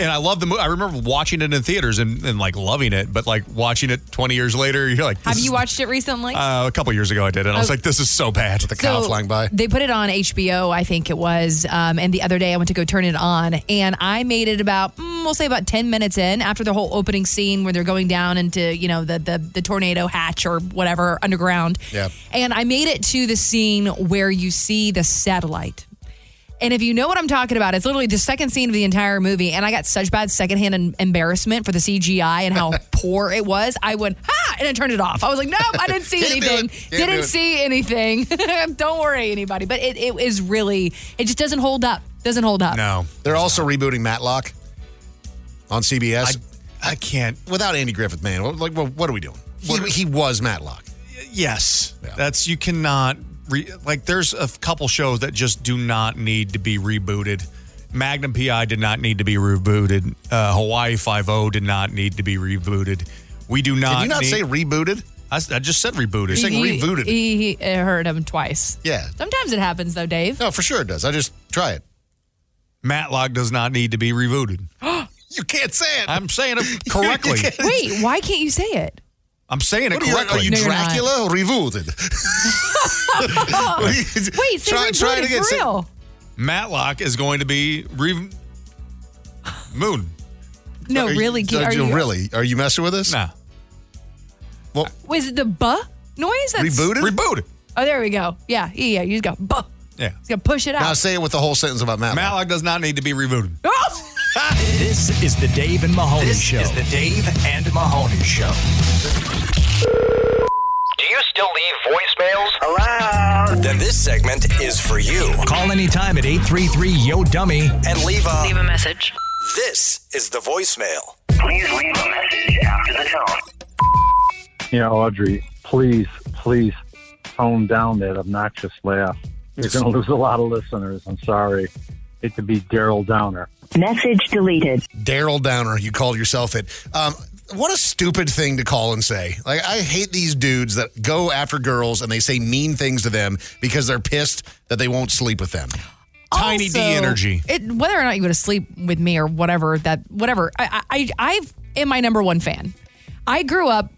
Speaker 17: and I love the movie. I remember watching it in theaters and, and like loving it, but like watching it 20 years later, you're like,
Speaker 4: Have
Speaker 17: this
Speaker 4: you
Speaker 17: is-
Speaker 4: watched it recently?
Speaker 17: Uh, a couple years ago, I did, and I was
Speaker 4: Oh.
Speaker 17: like, "This is so bad." With the
Speaker 4: So, They put it on HBO, I think it was. Um, and the other day I went to go turn it on, and I made it about, mm, we'll say about 10 minutes in after the whole opening scene where they're going down into, you know, the, the, the tornado hatch or whatever underground.
Speaker 1: Yeah.
Speaker 4: And I made it to the scene where you see the satellite. And if you know what I'm talking about, it's literally the second scene of the entire movie. And I got such bad secondhand em- embarrassment for the CGI and how poor it was. I went, ha! And I turned it off. I was like, nope, I didn't see
Speaker 5: Can't do
Speaker 4: anything.
Speaker 5: it. Can't do
Speaker 4: Didn't
Speaker 5: it.
Speaker 4: see anything. Don't worry, anybody. But it, it is really, it just doesn't hold up. Doesn't hold up.
Speaker 17: No,
Speaker 1: they're also rebooting Matlock on CBS.
Speaker 17: I, can't
Speaker 1: without Andy Griffith, man. What- Like, what, what are we doing? He, he was Matlock.
Speaker 17: Yes, that's you cannot re, like. There's a couple shows that just do not need to be rebooted. Magnum PI did not need to be rebooted. Uh, Hawaii Five O did not need to be rebooted. We do not.
Speaker 1: you not
Speaker 17: need-
Speaker 1: say rebooted?
Speaker 17: I, s- I just said rebooted.
Speaker 4: He- He, he, it hurt him twice.
Speaker 1: Yeah.
Speaker 4: Sometimes it happens though, Dave.
Speaker 1: No, for sure it does. I just try it.
Speaker 17: Matlock does not need to be rebooted.
Speaker 1: You can't say it.
Speaker 17: I'm saying it correctly.
Speaker 4: Wait, why can't you say it?
Speaker 17: I'm saying it
Speaker 1: What are you,
Speaker 17: correctly.
Speaker 1: are you Dracula or rebooted?
Speaker 4: Wait, say
Speaker 1: Try- try it
Speaker 4: rebooted
Speaker 1: again.
Speaker 4: for
Speaker 1: Say-
Speaker 4: real.
Speaker 17: Matlock is going to be re- Moon.
Speaker 4: No,
Speaker 1: Are you-
Speaker 4: really, Ge-
Speaker 1: are
Speaker 4: are
Speaker 1: you,
Speaker 4: you-
Speaker 1: Oh, really? Are you messing with us?
Speaker 17: Nah.
Speaker 1: Well,
Speaker 4: Was it the buh noise? That's,
Speaker 1: rebooted.
Speaker 17: Rebooted.
Speaker 4: Oh, there we go. Yeah, yeah, yeah. You just go buh.
Speaker 17: Yeah.
Speaker 4: He's gonna push it out.
Speaker 1: Now say it with the whole sentence about Matlock.
Speaker 17: Matlock does not need to be rebooted.
Speaker 18: This is the Dave and Mahoney
Speaker 17: This
Speaker 18: Show.
Speaker 17: is the
Speaker 18: Dave and Mahoney Show.
Speaker 6: Do you still leave voicemails? Hello?
Speaker 18: Then this segment is for you. Call anytime at 833 Yo Dummy and leave a leave a message. This is the voicemail.
Speaker 6: Please leave a message after the tone.
Speaker 19: Yeah, Audrey, please, please tone down that obnoxious laugh. You're going to lose a lot of listeners. I'm sorry. It could be Daryl Downer.
Speaker 7: Message deleted.
Speaker 1: Daryl Downer, you called yourself it. Um, what a stupid thing to call and say. Like, I hate these dudes that go after girls and they say mean things to them because they're pissed that they won't sleep with them.
Speaker 17: Tiny D
Speaker 4: Also,
Speaker 17: energy.
Speaker 4: It, whether or not you go to sleep with me or whatever that whatever I I I am my number one fan. I grew up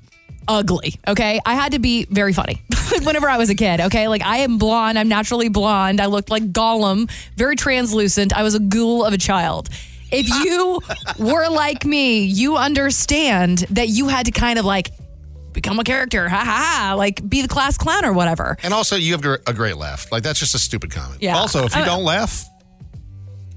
Speaker 4: ugly. Okay, I had to be very funny whenever I was a kid. Okay, like I am blonde. I'm naturally blonde. I looked like Gollum, very translucent. I was a ghoul of a child. If you were like me, you understand that you had to kind of like become a character, ha ha ha, like be the class clown or whatever.
Speaker 1: And also, you have gr- a great laugh. Like, that's just a stupid comment.
Speaker 4: Yeah.
Speaker 17: Also, if you
Speaker 4: Uh,
Speaker 17: don't laugh,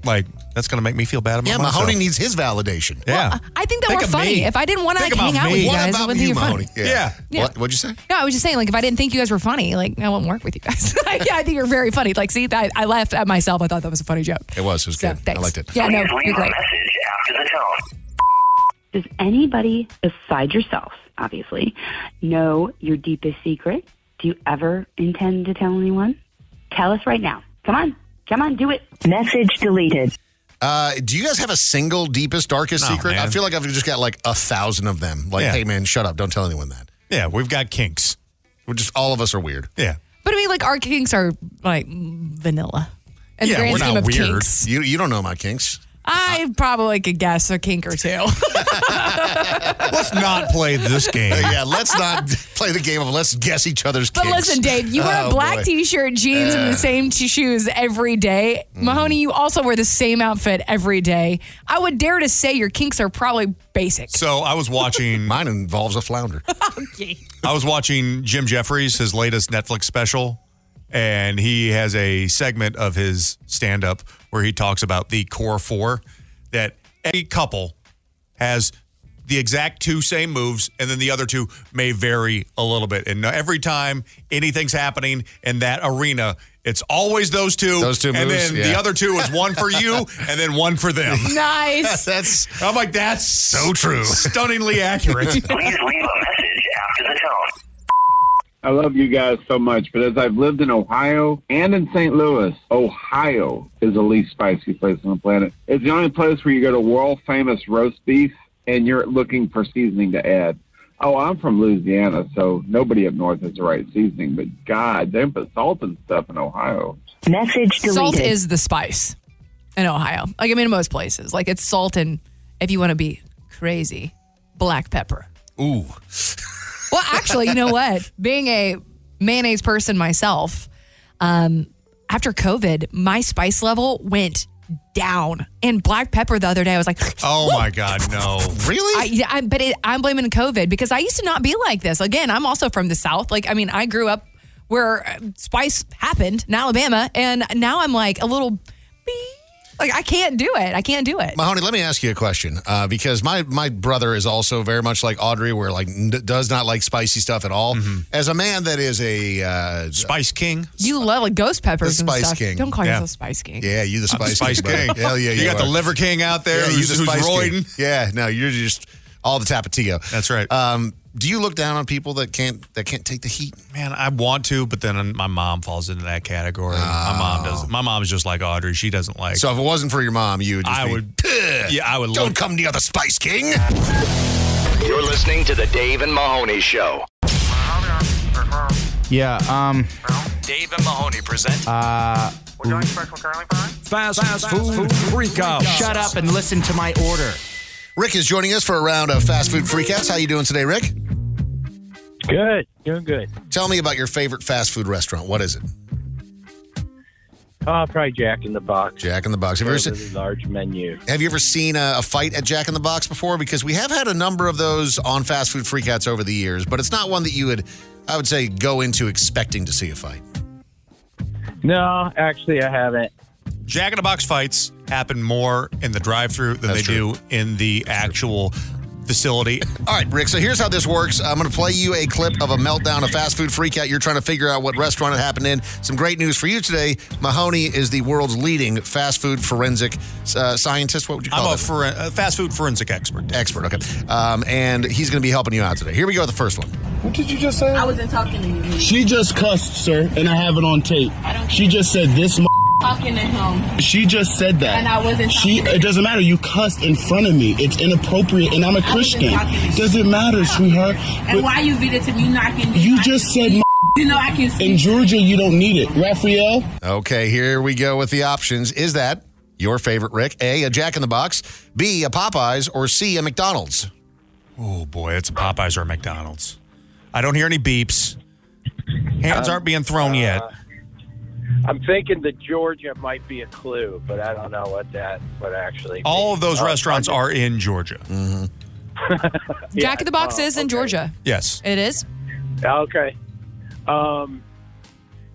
Speaker 17: like that's going to make me feel bad about
Speaker 1: Yeah,
Speaker 17: myself.
Speaker 1: Mahoney needs his validation.
Speaker 17: Yeah.
Speaker 4: I think that
Speaker 17: Think
Speaker 4: we're
Speaker 17: of
Speaker 4: funny.
Speaker 17: me.
Speaker 4: If I didn't want to
Speaker 17: Think
Speaker 4: hang
Speaker 17: about
Speaker 4: out with
Speaker 17: me.
Speaker 4: you
Speaker 17: What
Speaker 4: guys, I
Speaker 17: about
Speaker 4: wouldn't think
Speaker 17: you,
Speaker 4: you're funny.
Speaker 17: Mahoney? Yeah.
Speaker 4: Yeah.
Speaker 1: What, what'd you say?
Speaker 4: No, I was just saying, like, if I didn't think you guys were funny, like, I wouldn't work with you guys. yeah, I think you're very funny. Like, see, I, I laughed at myself. I thought that was a funny joke.
Speaker 1: It was. It was
Speaker 4: So,
Speaker 1: good.
Speaker 4: thanks.
Speaker 1: I liked it.
Speaker 4: Yeah, no,
Speaker 6: Please leave
Speaker 4: you're
Speaker 6: a
Speaker 4: great.
Speaker 6: message after the tone.
Speaker 20: Does anybody aside yourself, obviously, know your deepest secret? Do you ever intend to tell anyone? Tell us right now. Come on. Come on, do it.
Speaker 7: Message deleted.
Speaker 1: Uh, do you guys have a single deepest, darkest
Speaker 17: No,
Speaker 1: secret? I
Speaker 17: man.
Speaker 1: feel like I've just got like a thousand of them. Like,
Speaker 17: Yeah.
Speaker 1: hey, man, shut up. Don't tell anyone that.
Speaker 17: Yeah, we've got kinks.
Speaker 1: We're just, all of us are weird.
Speaker 17: Yeah.
Speaker 4: But I mean, like, our kinks are like vanilla. In
Speaker 1: yeah,
Speaker 4: the grand
Speaker 1: we're
Speaker 4: scheme
Speaker 1: not
Speaker 4: of
Speaker 1: weird.
Speaker 4: kinks,
Speaker 1: You, you don't know my kinks.
Speaker 4: I probably could guess a kink or two.
Speaker 17: Let's not play this game.
Speaker 1: yeah, let's not play the game of let's guess each other's
Speaker 4: But
Speaker 1: kinks.
Speaker 4: listen, Dave, you wear
Speaker 1: Oh,
Speaker 4: a black
Speaker 1: boy. Uh.
Speaker 4: t-shirt, jeans, and
Speaker 1: Yeah.
Speaker 4: the same t- shoes every day.
Speaker 1: Mm.
Speaker 4: Mahoney, you also wear the same outfit every day. I would dare to say your kinks are probably basic.
Speaker 17: So I was watching.
Speaker 1: Mine involves a flounder.
Speaker 17: I was watching Jim Jeffries, his latest Netflix special, and he has a segment of his stand up where he talks about the core four that any couple has
Speaker 3: the exact two same moves, and then the other two may vary a little bit. And every time anything's happening in that arena, it's always those two.
Speaker 1: Those two
Speaker 3: and
Speaker 1: moves,
Speaker 3: then
Speaker 1: yeah.
Speaker 3: the other two is one for you, and then one for them.
Speaker 5: Nice.
Speaker 1: that's.
Speaker 3: I'm like, that's so true. Stunningly accurate.
Speaker 21: I love you guys so much, but as I've lived in Ohio and in St. Louis, Ohio is the least spicy place on the planet. It's the only place where you go to world famous roast beef and you're looking for seasoning to add. Oh, I'm from Louisiana, so nobody up north has the right seasoning, but God, they put salt and stuff in Ohio.
Speaker 7: Message deleted.
Speaker 4: Salt is the spice in Ohio. Like I mean, in most places, like it's salt and if you want to be crazy, black pepper.
Speaker 1: Ooh.
Speaker 4: Well, actually, you know what? Being a mayonnaise person myself, um, after COVID, my spice level went down. And black pepper the other day, I was like,
Speaker 3: Oh my God, no.
Speaker 4: I, yeah, I, but it, I'm blaming COVID because I used to not be like this. Again, I'm also from the South. Like, I mean, I grew up where uh, spice happened in Alabama, and now I'm like a little, bee. like I can't do it. I can't do it.
Speaker 1: Mahoney, let me ask you a question uh, because my, my brother is also very much like Audrey, where like n- does not like spicy stuff at all. As a man that is a uh,
Speaker 3: Mm-hmm. spice king,
Speaker 4: You love like ghost peppers
Speaker 1: The
Speaker 4: and
Speaker 1: Spice
Speaker 4: stuff.
Speaker 1: King.
Speaker 4: Don't call
Speaker 1: Yeah.
Speaker 4: yourself Spice King.
Speaker 1: yeah, you the
Speaker 3: I'm the
Speaker 1: spice,
Speaker 3: Spice
Speaker 1: buddy.
Speaker 3: King.
Speaker 1: Hell yeah,
Speaker 3: You got the
Speaker 1: are.
Speaker 3: liver king out there
Speaker 1: Yeah, you
Speaker 3: who's-
Speaker 1: the
Speaker 3: who's
Speaker 1: spice king.
Speaker 3: roiding.
Speaker 1: Yeah, no, you're just all the tapatio.
Speaker 3: That's right.
Speaker 1: Um, do you look down on people that can't that can't take the heat?
Speaker 3: Man, I want to, but then my mom falls into that category. My mom
Speaker 22: Oh.
Speaker 3: doesn't. My mom's just like Audrey. She doesn't like.
Speaker 1: So if it wasn't for your mom, you would. Just
Speaker 3: I
Speaker 1: be,
Speaker 3: would.
Speaker 1: "Pah,
Speaker 3: Yeah, I would.
Speaker 1: Don't
Speaker 3: look-
Speaker 1: come near the Spice King.
Speaker 18: You're listening to the Dave and Mahoney Show.
Speaker 22: Yeah. Um.
Speaker 18: Dave and Mahoney present
Speaker 22: Uh.
Speaker 18: Fast, Food, Freak Out.
Speaker 22: Shut up and listen to my order.
Speaker 1: Rick is joining us for a round of fast food freakouts. How you doing today, Rick?
Speaker 22: Good, doing good.
Speaker 1: Tell me about your favorite fast food restaurant. What is it?
Speaker 22: Oh, probably Jack in the Box.
Speaker 1: Jack in the Box. Have you ever
Speaker 22: Got a
Speaker 1: seen,
Speaker 22: really large menu.
Speaker 1: have you ever seen a, a fight at Jack in the Box before? Because we have had a number of those on fast food freakouts over the years, but it's not one that you would, I would say, go into expecting to see a fight.
Speaker 22: No, actually, I haven't.
Speaker 3: Jack in the Box fights happen more in the drive-through than they do in the actual facility.
Speaker 1: All right, Rick. So here's how this works. I'm going to play you a clip of a meltdown, a fast food freakout. You're trying to figure out what restaurant it happened in. Some great news for you today. Mahoney is the world's leading fast food forensic uh, scientist. What would you call
Speaker 3: I'm a,
Speaker 1: that?
Speaker 3: foren- a fast food forensic expert.
Speaker 1: Expert. Okay. Um, and he's going to be helping you out today. Here we go with the first one.
Speaker 23: What did you just say? I
Speaker 24: wasn't talking to you.
Speaker 23: She just cussed, sir, and I have it on tape. She just said this. M-
Speaker 24: Talking to him.
Speaker 23: she just said that.
Speaker 24: And I wasn't
Speaker 23: She. It doesn't matter. You cussed in front of me. It's inappropriate, and I'm a Christian. Doesn't matter, sweetheart.
Speaker 24: And
Speaker 23: But
Speaker 24: why you did it to me? You knocking me.
Speaker 23: you just said. M-
Speaker 24: You know I can see.
Speaker 23: in Georgia, you don't need it, Raphael.
Speaker 1: Okay. Here we go with the options. Is that your favorite, Rick? A. A Jack in the Box. B. A Popeyes. Or C. A McDonald's.
Speaker 3: Oh boy, it's a Popeyes or a McDonald's. I don't hear any beeps. Hands
Speaker 22: Um,
Speaker 3: aren't being thrown yet.
Speaker 22: I'm thinking that Georgia might be a clue, but I don't know what that would actually.
Speaker 3: All of those restaurants are in Georgia.
Speaker 4: Jack in the Box
Speaker 3: Oh,
Speaker 4: is in Georgia.
Speaker 3: Yes.
Speaker 4: It is.
Speaker 22: Okay. Um.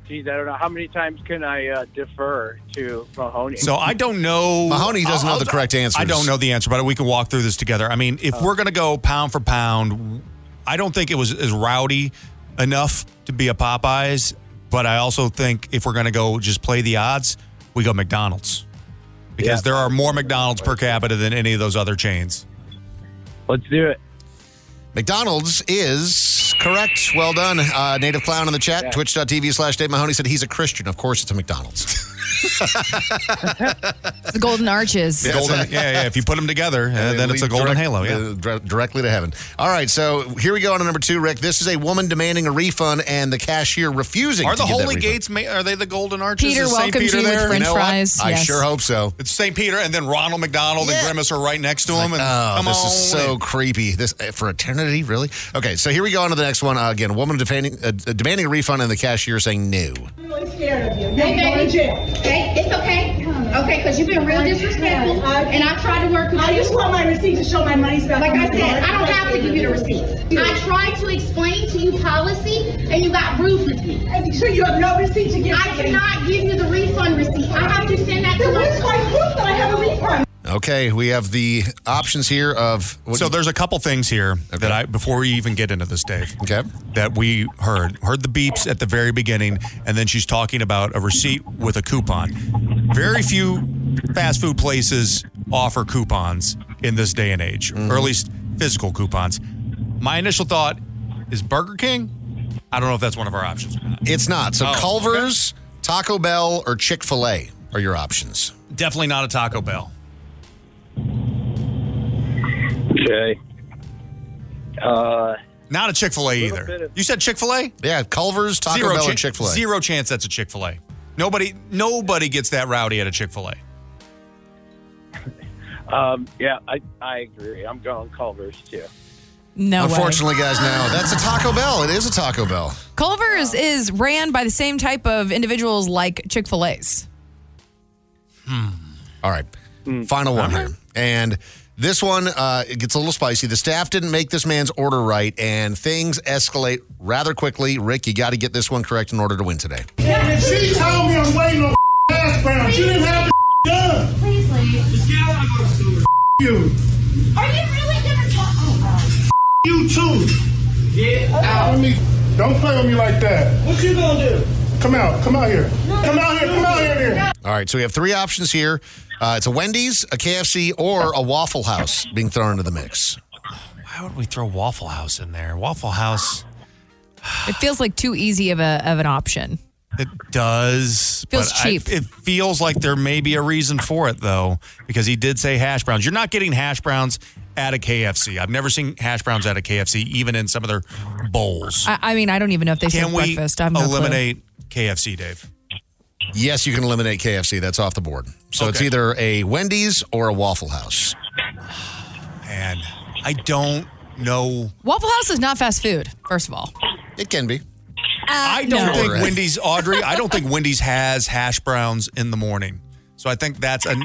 Speaker 22: Geez, I don't know how many times can I uh, defer to Mahoney.
Speaker 3: So I don't know.
Speaker 22: Mahoney doesn't know the correct
Speaker 3: I
Speaker 22: answers. Oh.
Speaker 3: don't know the answer, but we can walk through this together. I mean, if we're going to go pound for pound, I don't think it was as rowdy enough to be a Popeyes, but I also think if we're going to go just play the odds, we go McDonald's because there are more McDonald's per capita than any of those other chains.
Speaker 22: Let's do it.
Speaker 1: McDonald's is correct. Well done. Uh, Native Clown in the chat, twitch.tv slash Dave Mahoney said he's a Christian. Of course, it's a McDonald's.
Speaker 4: The Golden Arches.
Speaker 3: The golden, yeah, yeah. If you put them together, uh,
Speaker 1: They
Speaker 3: then it's a
Speaker 1: lead
Speaker 3: golden
Speaker 1: direct-
Speaker 3: halo. Yeah.
Speaker 1: uh, dire- directly to heaven. All right, so here we go on to number two, Rick. This is a woman demanding a refund and the cashier refusing
Speaker 3: Are
Speaker 1: to
Speaker 3: the
Speaker 1: give that
Speaker 3: holy
Speaker 1: refund.
Speaker 3: gates? Ma- are they the golden arches?
Speaker 4: Peter
Speaker 3: Is Saint
Speaker 4: welcomes
Speaker 3: Peter
Speaker 4: you with
Speaker 3: there?
Speaker 4: french
Speaker 3: know what?
Speaker 4: fries.
Speaker 1: I
Speaker 4: Yes.
Speaker 1: sure hope so.
Speaker 3: It's St. Peter, and then Ronald McDonald and Grimace are right next to him. And
Speaker 1: Oh,
Speaker 3: come
Speaker 1: this
Speaker 3: on
Speaker 1: is so creepy. This uh, for eternity, really? Okay, so here we go on to the next one. Uh, again, a woman demanding, uh, demanding a refund and the cashier saying no.
Speaker 25: scared of you. Hey, baby. Hey, it's okay. Okay, because you've been real disrespectful, and I tried to work with you. I just want my receipt to show my money's back. Like I said, I don't have to give you the receipt. I tried to explain to you policy, and you got rude with me. I'm sure you have no receipt to give. I cannot give you the refund receipt. I have to send that to my. Then where's my proof that I have a refund?
Speaker 1: Okay, we have the options here of.
Speaker 3: so there's a couple things here that I before we even get into this, Dave.
Speaker 1: Okay.
Speaker 3: That we heard heard the beeps at the very beginning, and then she's talking about a receipt with a coupon. Very few fast food places offer coupons in this day and age, or
Speaker 1: Mm-hmm.
Speaker 3: at least physical coupons. My initial thought is Burger King. I don't know if that's one of our options.
Speaker 1: It's not. So
Speaker 3: Oh,
Speaker 1: Culver's, Taco Bell, or Chick fil A are your options.
Speaker 3: Definitely not a Taco Bell.
Speaker 22: Okay. Uh,
Speaker 3: Not a Chick fil A either. you said Chick fil A?
Speaker 1: Yeah, Culver's, Taco
Speaker 3: Zero
Speaker 1: Bell,
Speaker 3: chan-
Speaker 1: and Chick fil A.
Speaker 3: Zero chance that's a Chick fil A. Nobody nobody gets that rowdy at a Chick fil A.
Speaker 22: um, yeah, I, I agree. I'm going Culver's too.
Speaker 4: No
Speaker 1: Unfortunately, guys, no. That's a Taco Bell. It is a Taco Bell.
Speaker 4: Culver's is ran by the same type of individuals like Chick fil A's.
Speaker 1: All right. Final one here. And this one, uh, it gets a little spicy. The staff didn't make this man's order right, and things escalate rather quickly. Rick, you got to get this one correct in order to win today.
Speaker 13: And she told me I'm waiting on background. She didn't have the done. Please leave. Just get out of my store. You. Are you really gonna talk? Oh, You too. Get out. Let me, don't play with me like that. What you gonna do? Come out. Come out here. come out here. Come out here. here.
Speaker 1: All right. So we have three options here uh, it's a Wendy's, a KFC, or a Waffle House being thrown into the mix.
Speaker 3: Why would we throw Waffle House in there? Waffle House
Speaker 4: It feels like too easy of a of an option.
Speaker 3: it does
Speaker 4: Feels
Speaker 3: but I-
Speaker 4: cheap.
Speaker 3: it feels like there may be a reason for it though, because he did say hash browns. You're not getting hash browns at a KFC. I've never seen hash browns at a KFC, even in some of their bowls.
Speaker 4: I, I mean, I don't even know if they
Speaker 3: Can
Speaker 4: serve
Speaker 3: we
Speaker 4: breakfast. I have no clue.
Speaker 3: eliminate KFC, Dave?
Speaker 1: Yes, you can eliminate KFC. That's off the board. So it's
Speaker 3: Okay.
Speaker 1: either a Wendy's or a Waffle House.
Speaker 3: And I don't know.
Speaker 4: Waffle House is not fast food. First of all,
Speaker 1: it can be.
Speaker 3: I don't
Speaker 4: no.
Speaker 3: think
Speaker 4: Correct.
Speaker 3: Wendy's Audrey. I don't think Wendy's has hash browns in the morning. So I think that's an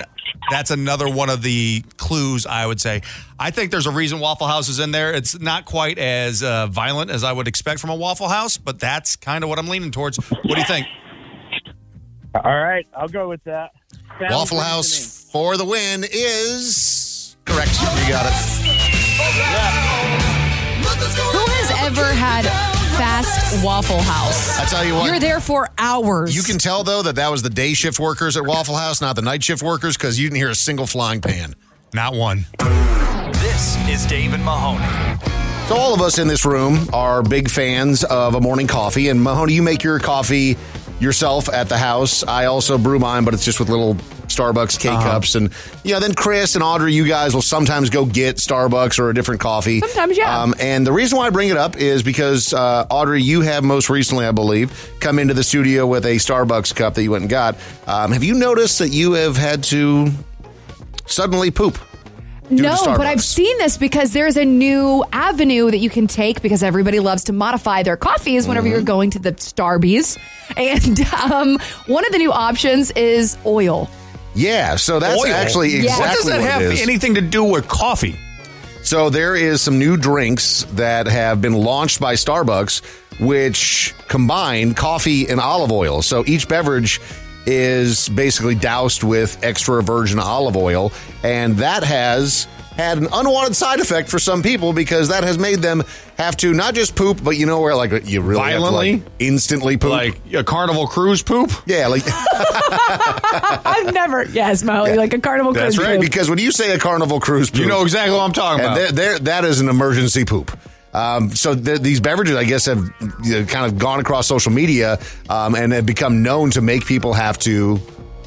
Speaker 3: that's another one of the clues. I would say. I think there's a reason Waffle House is in there. It's not quite as uh, violent as I would expect from a Waffle House, but that's kind of what I'm leaning towards. What do you think?
Speaker 22: All right, I'll go with that. Sounds
Speaker 1: Waffle
Speaker 22: good to
Speaker 1: House for the win is correct. You got it.
Speaker 4: Who has ever had fast Waffle House?
Speaker 1: I tell you what.
Speaker 4: You're there for hours.
Speaker 1: You can tell though that that was the day shift workers at Waffle House, not the night shift workers, because you didn't hear a single flying pan.
Speaker 3: Not one.
Speaker 18: This is Dave and Mahoney.
Speaker 1: So all of us in this room are big fans of a morning coffee. And Mahoney, you make your coffee yourself at the house. I also brew mine, but it's just with little Starbucks
Speaker 5: Uh-huh.
Speaker 1: K cups. And you know, then Chris and Audrey, you guys will sometimes go get Starbucks or a different coffee.
Speaker 5: Sometimes, yeah.
Speaker 1: Um, and the reason why I bring it up is because uh, Audrey, you have most recently, I believe, come into the studio with a Starbucks cup that you went and got. Um, have you noticed that you have had to suddenly poop? due to
Speaker 5: No, but I've
Speaker 1: Starbucks?
Speaker 5: seen this because there's a new avenue that you can take because everybody loves to modify their coffees whenever you're going to the Starbies. And um, one of the new options is oil.
Speaker 1: Yeah, so that's
Speaker 5: Oil?
Speaker 1: actually
Speaker 5: Yeah.
Speaker 1: exactly
Speaker 5: What does that
Speaker 1: what it
Speaker 5: have
Speaker 1: is.
Speaker 3: anything to do with coffee?
Speaker 1: So there is some new drinks that have been launched by Starbucks, which combine coffee and olive oil. So each beverage is basically doused with extra virgin olive oil, and that has had an unwanted side effect for some people because that has made them have to not just poop, but you know where like you really have to, like,
Speaker 3: Violently?
Speaker 1: instantly poop, like
Speaker 3: a Carnival Cruise poop.
Speaker 1: Yeah, like
Speaker 5: I've never, yes, Molly, like a carnival
Speaker 1: That's
Speaker 5: cruise.
Speaker 1: right.
Speaker 5: ship.
Speaker 1: Because when you say a carnival cruise poop,
Speaker 3: You know exactly what I'm talking
Speaker 1: and
Speaker 3: about.
Speaker 1: there- there- that is an emergency poop. Um, so th- these beverages, I guess, have you know, kind of gone across social media um, and have become known to make people have to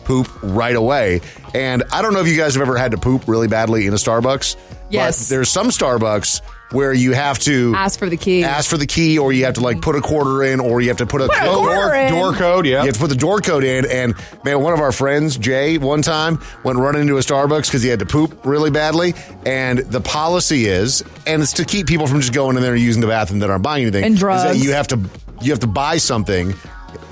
Speaker 1: poop right away. And I don't know if you guys have ever had to poop really badly in a Starbucks.
Speaker 5: Yes.
Speaker 1: But there's some Starbucks where you have to
Speaker 5: Ask for the key.
Speaker 1: ask for the key, or you have to like put a quarter in, or you have to put a,
Speaker 5: Put a quarter in. Door
Speaker 3: code. Yeah,
Speaker 1: you have to put the door code in. And man, one of our friends, Jay, one time went running into a Starbucks because he had to poop really badly. And the policy is, and it's to keep people from just going in there and using the bathroom that aren't buying anything.
Speaker 5: And
Speaker 1: is that
Speaker 5: drugs.
Speaker 1: you have to you have to buy something.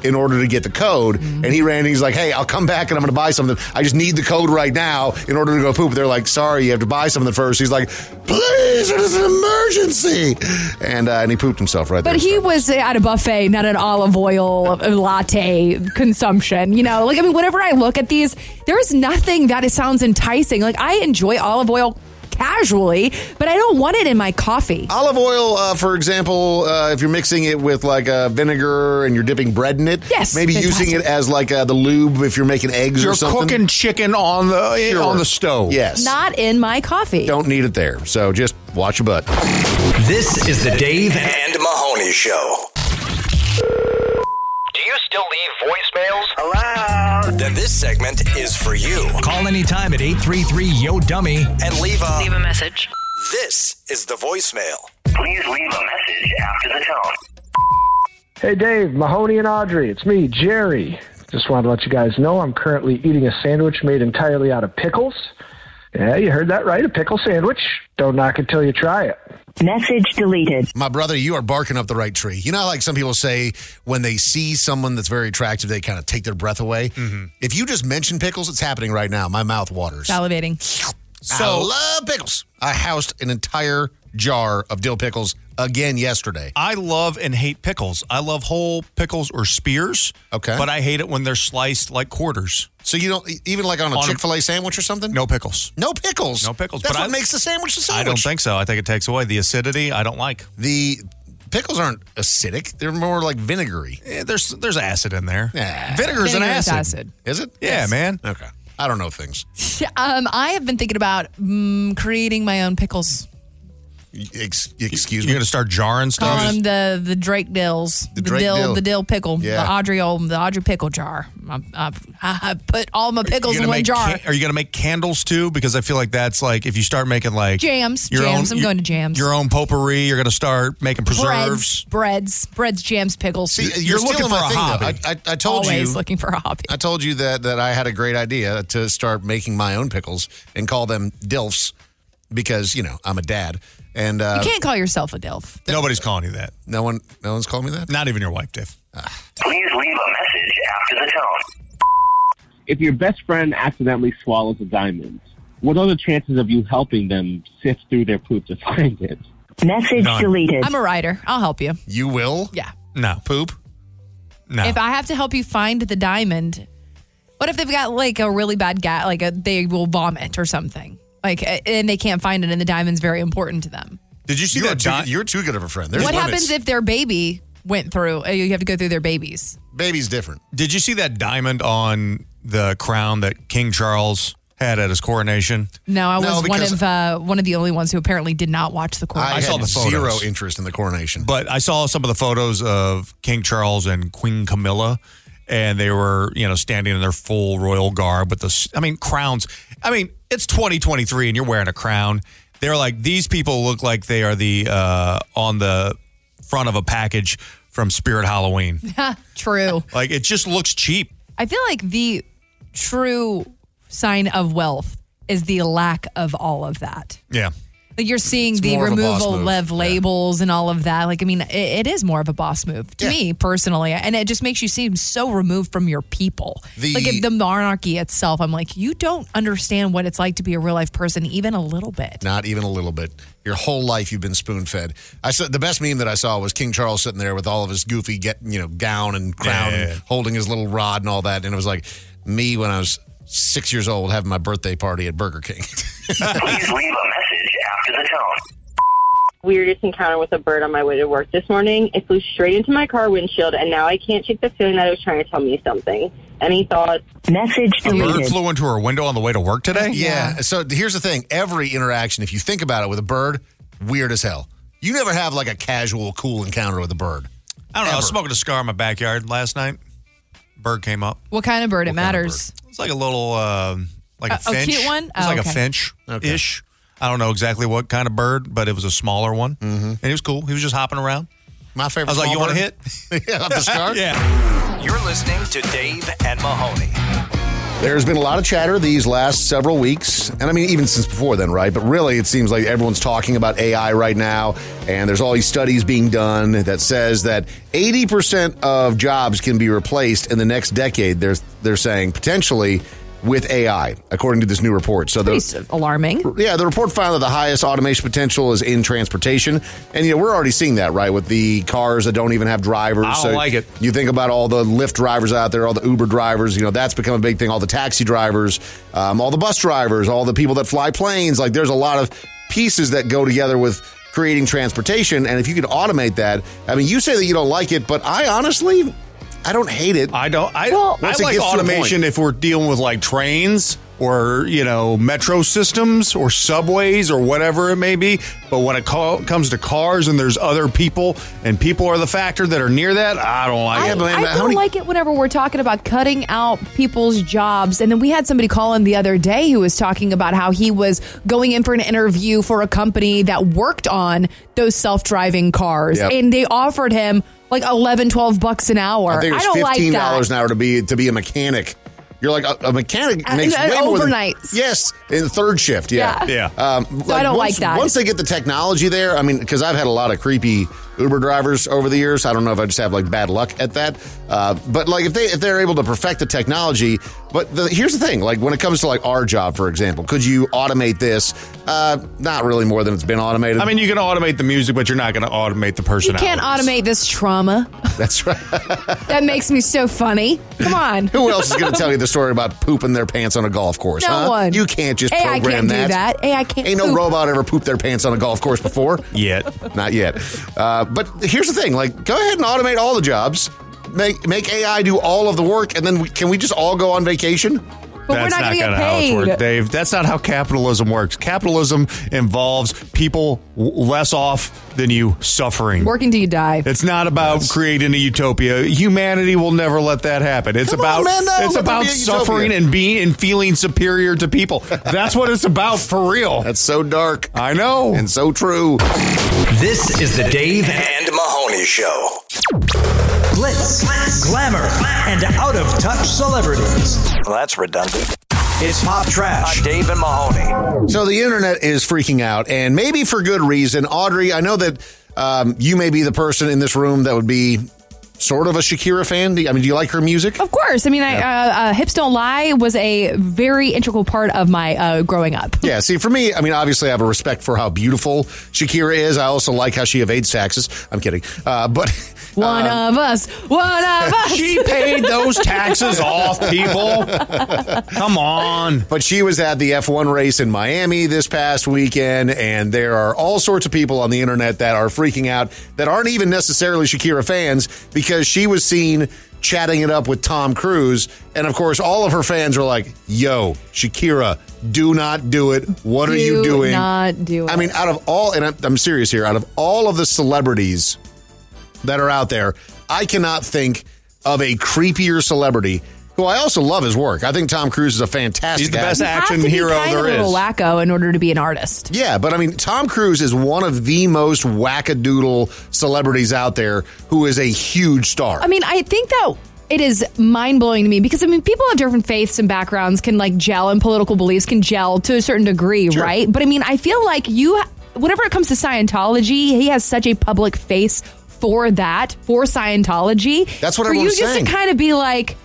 Speaker 1: in order to get the code. And he ran and he's like, hey, I'll come back and I'm going to buy something. I just need the code right now in order to go poop. They're like, sorry, you have to buy something first. He's like, please, it is an emergency. And, uh, and he pooped himself right there.
Speaker 5: But he was at a buffet, not an olive oil uh, latte consumption. You know, like I mean, whenever I look at these, there is nothing that is, sounds enticing. Like I enjoy olive oil casually, but I don't want it in my coffee.
Speaker 1: Olive oil, uh, for example, uh, if you're mixing it with like uh, vinegar and you're dipping bread in it,
Speaker 5: Yes,
Speaker 1: maybe
Speaker 5: fantastic.
Speaker 1: using it as like uh, the lube if you're making eggs or
Speaker 3: You're
Speaker 1: something.
Speaker 3: cooking chicken on the eh,
Speaker 1: Sure.
Speaker 3: on the stove.
Speaker 1: Yes,
Speaker 5: Not in my coffee.
Speaker 1: don't need it there. So just watch your butt.
Speaker 18: This is the Dave
Speaker 1: and Mahoney Show.
Speaker 18: Then this segment is for you.
Speaker 2: Call anytime at 833 Yo Dummy
Speaker 18: And leave a
Speaker 2: Leave a message.
Speaker 18: This is the voicemail.
Speaker 6: Please leave a message after the tone.
Speaker 19: Hey Dave, Mahoney and Audrey, it's me, Jerry. Just wanted to let you guys know I'm currently eating a sandwich made entirely out of pickles. Yeah, you heard that right, a pickle sandwich. Don't knock it till you try it.
Speaker 1: Message deleted. My brother, you are barking up the right tree. You know, how, like some people say, when they see someone that's very attractive, they kind of take their breath away. If you just mention pickles, it's happening right now. My mouth waters.
Speaker 4: Salivating.
Speaker 1: So I love pickles. I housed an entire jar of dill pickles again yesterday.
Speaker 3: I love and hate pickles. I love whole pickles or spears.
Speaker 1: Okay.
Speaker 3: But I hate it when they're sliced like quarters.
Speaker 1: So you don't e-, even like on a Chick-fil-A sandwich or something?
Speaker 3: No pickles.
Speaker 1: No pickles.
Speaker 3: No pickles.
Speaker 1: That's
Speaker 3: but
Speaker 1: what
Speaker 3: I,
Speaker 1: makes the sandwich a sandwich.
Speaker 3: I don't think so. I think it takes away the acidity. I don't like.
Speaker 1: The pickles aren't acidic. They're more like vinegary.
Speaker 3: Eh, there's there's acid in there.
Speaker 1: Vinegar's an
Speaker 4: Vinegar is
Speaker 1: acid.
Speaker 4: acid.
Speaker 1: Is it?
Speaker 3: Yeah, man.
Speaker 1: Okay. I don't know things.
Speaker 4: Um, I have been thinking about mm, creating my own pickles.
Speaker 1: Ex- excuse
Speaker 3: me. You're gonna start jarring
Speaker 4: Call
Speaker 3: stuff.
Speaker 4: them the the Drake dills, the,
Speaker 3: Drake
Speaker 4: dill,
Speaker 3: dill.
Speaker 4: the dill pickle,
Speaker 3: Yeah.
Speaker 4: the Audrey Oldham, the Audrey pickle jar. I, I, I put all my
Speaker 3: You're
Speaker 4: pickles in
Speaker 3: gonna
Speaker 4: one
Speaker 3: make
Speaker 4: jar.
Speaker 3: can- are you gonna make candles too? Because I feel like that's like if you start making like
Speaker 4: Jams, jams. I'm going to jams.
Speaker 3: Your own potpourri. You're gonna start making preserves.
Speaker 4: breads, breads, breads, jams, pickles.
Speaker 1: See, you're, looking for a hobby. I, I, I told you.
Speaker 4: Always looking for a hobby.
Speaker 1: I told you that that I had a great idea to start making my own pickles and call them dilfs because you know I'm a dad and uh,
Speaker 4: you can't call yourself a dilf.
Speaker 3: Nobody's calling you that.
Speaker 1: No one. No one's calling me that.
Speaker 3: Not even your wife, Dave.
Speaker 6: Please leave a message after the tone.
Speaker 26: If your best friend accidentally swallows a diamond, what are the chances of you helping them sift through their poop to find it?
Speaker 7: Message
Speaker 26: None.
Speaker 7: deleted.
Speaker 4: I'm a writer. I'll help you.
Speaker 1: You will?
Speaker 4: Yeah.
Speaker 3: No
Speaker 1: poop.
Speaker 3: No.
Speaker 4: If I have to help you find the diamond, what if they've got like a really bad gat, like a, they will vomit or something, like a- and they can't find it, and the diamond's very important to them.
Speaker 1: Did you see that? Too, you're too good of a friend. There's
Speaker 4: what
Speaker 1: limits.
Speaker 4: happens if their baby went through? uh, You have to go through their babies.
Speaker 1: Baby's different.
Speaker 3: Did you see that diamond on the crown that King Charles had at his coronation?
Speaker 4: No, I
Speaker 3: No,
Speaker 4: was one
Speaker 3: because-
Speaker 4: of uh, one of the only ones who apparently did not watch the court.
Speaker 3: I saw the photos.
Speaker 1: zero interest in the coronation.
Speaker 3: But I saw some of the photos of King Charles and Queen Camilla, and they were, you know, standing in their full royal garb with the, s- I mean, crowns. I mean, it's 2023 and you're wearing a crown. They're like, these people look like they are the, uh, on the front of a package from Spirit Halloween.
Speaker 4: True.
Speaker 3: Like, it just looks cheap.
Speaker 4: I feel like the true sign of wealth is the lack of all of that.
Speaker 3: Yeah.
Speaker 4: Like you're seeing
Speaker 3: It's
Speaker 4: the
Speaker 3: more of a boss
Speaker 4: removal of,
Speaker 3: move,
Speaker 4: labels and all of that. Like, I mean, it, it is more of a boss move to me personally. And it just makes you seem so removed from your people.
Speaker 1: The-
Speaker 4: like if the monarchy itself, I'm like, you don't understand what it's like to be a real life person, even a little bit.
Speaker 1: Not even a little bit. Your whole life you've been spoon fed. I saw the best meme that I saw was King Charles sitting there with all of his goofy get you know gown and crown and holding his little rod and all that, and it was like me when I was six years old having my birthday party at Burger King.
Speaker 6: Please leave a message after the tone.
Speaker 8: weirdest encounter with a bird on my way to work this morning. It flew straight into my car windshield, and now I can't shake the feeling that it was trying to tell me something. Any thoughts?
Speaker 7: Message
Speaker 3: A bird flew into her window on the way to work today?
Speaker 1: Yeah. Uh, So here's the thing: every interaction, if you think about it, with a bird, weird as hell. You never have like a casual, cool encounter with a bird.
Speaker 3: I don't know. I was smoking a cigar in my backyard last night. Bird came up.
Speaker 4: What kind of bird? it matters.
Speaker 3: It's like a little, um like a,
Speaker 4: A- a
Speaker 3: finch.
Speaker 4: cute one?
Speaker 3: It's
Speaker 4: Oh,
Speaker 3: like
Speaker 4: okay.
Speaker 3: a finch ish. I don't know exactly what kind of bird, but it was a smaller one, mm-hmm. and he was cool. He was just hopping around.
Speaker 1: My favorite.
Speaker 3: I was like,
Speaker 1: small
Speaker 3: "You want to
Speaker 1: bird."
Speaker 3: hit?"
Speaker 1: yeah, off the scar?
Speaker 3: yeah.
Speaker 18: You're listening to Dave and Mahoney.
Speaker 1: There's been a lot of chatter these last several weeks, and I mean, even since before then, right? But really, it seems like everyone's talking about AI right now, and there's all these studies being done that says that 80% of jobs can be replaced in the next decade. They're they're saying potentially with AI, according to this new report. So
Speaker 27: Pretty s-
Speaker 1: the
Speaker 27: alarming.
Speaker 1: yeah, the report found that the highest automation potential is in transportation, and you know we're already seeing that, right? With the cars that don't even have drivers.
Speaker 3: I don't like it.
Speaker 1: You think about all the Lyft drivers out there, all the Uber drivers. You know that's become a big thing. All the taxi drivers, um, all the bus drivers, all the people that fly planes. Like there's a lot of pieces that go together with creating transportation, and if you could automate that, I mean, you say that you don't like it, but I honestly, I don't hate it.
Speaker 3: I don't. I don't. I like automation if we're dealing with like trains or you know metro systems or subways or whatever it may be. But when it co- comes to cars and there's other people and people are the factor that are near that, I don't like
Speaker 4: I,
Speaker 3: it.
Speaker 4: I don't like it whenever we're talking about cutting out people's jobs. And then we had somebody call in the other day who was talking about how he was going in for an interview for a company that worked on those self driving cars.
Speaker 1: Yep.
Speaker 4: And they offered him like 11, 12 bucks an hour.
Speaker 1: I think it's
Speaker 4: don't like
Speaker 1: fifteen
Speaker 4: that.
Speaker 1: dollars an hour to be to be a mechanic. You're like a, a mechanic
Speaker 4: Uh,
Speaker 1: makes
Speaker 4: uh,
Speaker 1: way more than-
Speaker 4: overnights.
Speaker 1: yes, in third shift. Yeah,
Speaker 4: Yeah.
Speaker 1: Um,
Speaker 4: So I don't
Speaker 1: once,
Speaker 4: like that.
Speaker 1: Once they get the technology there, I mean, because I've had a lot of creepy Uber drivers over the years. I don't know if I just have like bad luck at that, uh, but like if they if they're able to perfect the technology. But the, here's the thing: like when it comes to like our job, for example, could you automate this? Uh, not really more than it's been automated.
Speaker 3: I mean, you can automate the music, but you're not going to automate the
Speaker 4: You
Speaker 3: personality.
Speaker 4: can't automate this trauma.
Speaker 1: that's right.
Speaker 4: That makes me so funny. Come on.
Speaker 1: Who else is going to tell you the story about pooping their pants on a golf course?
Speaker 4: No
Speaker 1: huh?
Speaker 4: one.
Speaker 1: You can't just
Speaker 4: Hey,
Speaker 1: program
Speaker 4: I can't do that. Hey, I can't.
Speaker 1: Ain't no
Speaker 4: poop.
Speaker 1: robot ever pooped their pants on a golf course before.
Speaker 3: yet.
Speaker 1: Not yet. Uh, but here's the thing: like, go ahead and automate all the jobs. Make make AI do all of the work, and then we, can we just all go on vacation?
Speaker 3: But that's not, gonna how it's worked, Dave. That's not how capitalism works. Capitalism involves people w- less off than you suffering.
Speaker 4: Working till you die.
Speaker 3: It's not about creating a utopia. Humanity will never let that happen. It's
Speaker 4: Come
Speaker 3: about
Speaker 4: on, man, though.
Speaker 3: it's
Speaker 4: Let there
Speaker 3: about
Speaker 4: be a
Speaker 3: suffering
Speaker 4: utopia.
Speaker 3: and being and feeling superior to people. That's what it's about for real. That's
Speaker 1: so dark.
Speaker 3: I know.
Speaker 1: And so true.
Speaker 17: This is the Dave and Mahoney Show. Blitz, glamour, and out of touch celebrities.
Speaker 6: Well, that's redundant.
Speaker 17: It's pop
Speaker 18: Uh,
Speaker 17: trash. Dave and Mahoney.
Speaker 1: So the internet is freaking out, and maybe for good reason. Audrey, I know that um, you may be the person in this room that would be sort of a Shakira fan. Do you- I mean, do you like her music?
Speaker 4: Of course. I mean, I, uh, uh, Hips Don't Lie was a very integral part of my uh, growing up.
Speaker 1: Yeah, see, for me, I mean, obviously, I have a respect for how beautiful Shakira is. I also like how she evades taxes. I'm kidding, uh, but
Speaker 4: One of us. One of us.
Speaker 3: She paid those taxes off, people. Come on.
Speaker 1: But she was at the F1 race in Miami this past weekend, and there are all sorts of people on the internet that are freaking out that aren't even necessarily Shakira fans because she was seen chatting it up with Tom Cruise. And of course, all of her fans are like, yo, Shakira, do not do it. What are you
Speaker 4: Do
Speaker 1: doing?
Speaker 4: not do it.
Speaker 1: I mean, out of all, and I'm, I'm serious here, out of all of the celebrities that are out there, I cannot think of a creepier celebrity who I also love his work. I think Tom Cruise is a fantastic.
Speaker 3: He's the best
Speaker 1: actor.
Speaker 3: action hero
Speaker 4: kind
Speaker 3: there
Speaker 4: of a
Speaker 3: is.
Speaker 4: little wacko in order to be an artist.
Speaker 1: Yeah, but I mean, Tom Cruise is one of the most wackadoodle celebrities out there who is a huge star.
Speaker 4: I mean, I think that it is mind blowing to me because I mean, people of different faiths and backgrounds can like gel, and political beliefs can gel to a certain degree, right? But I mean, I feel like you, whenever it comes to Scientology, he has such a public face for that, for Scientology.
Speaker 1: That's what
Speaker 4: for you
Speaker 1: everyone's
Speaker 4: just
Speaker 1: saying.
Speaker 4: to kind of be like.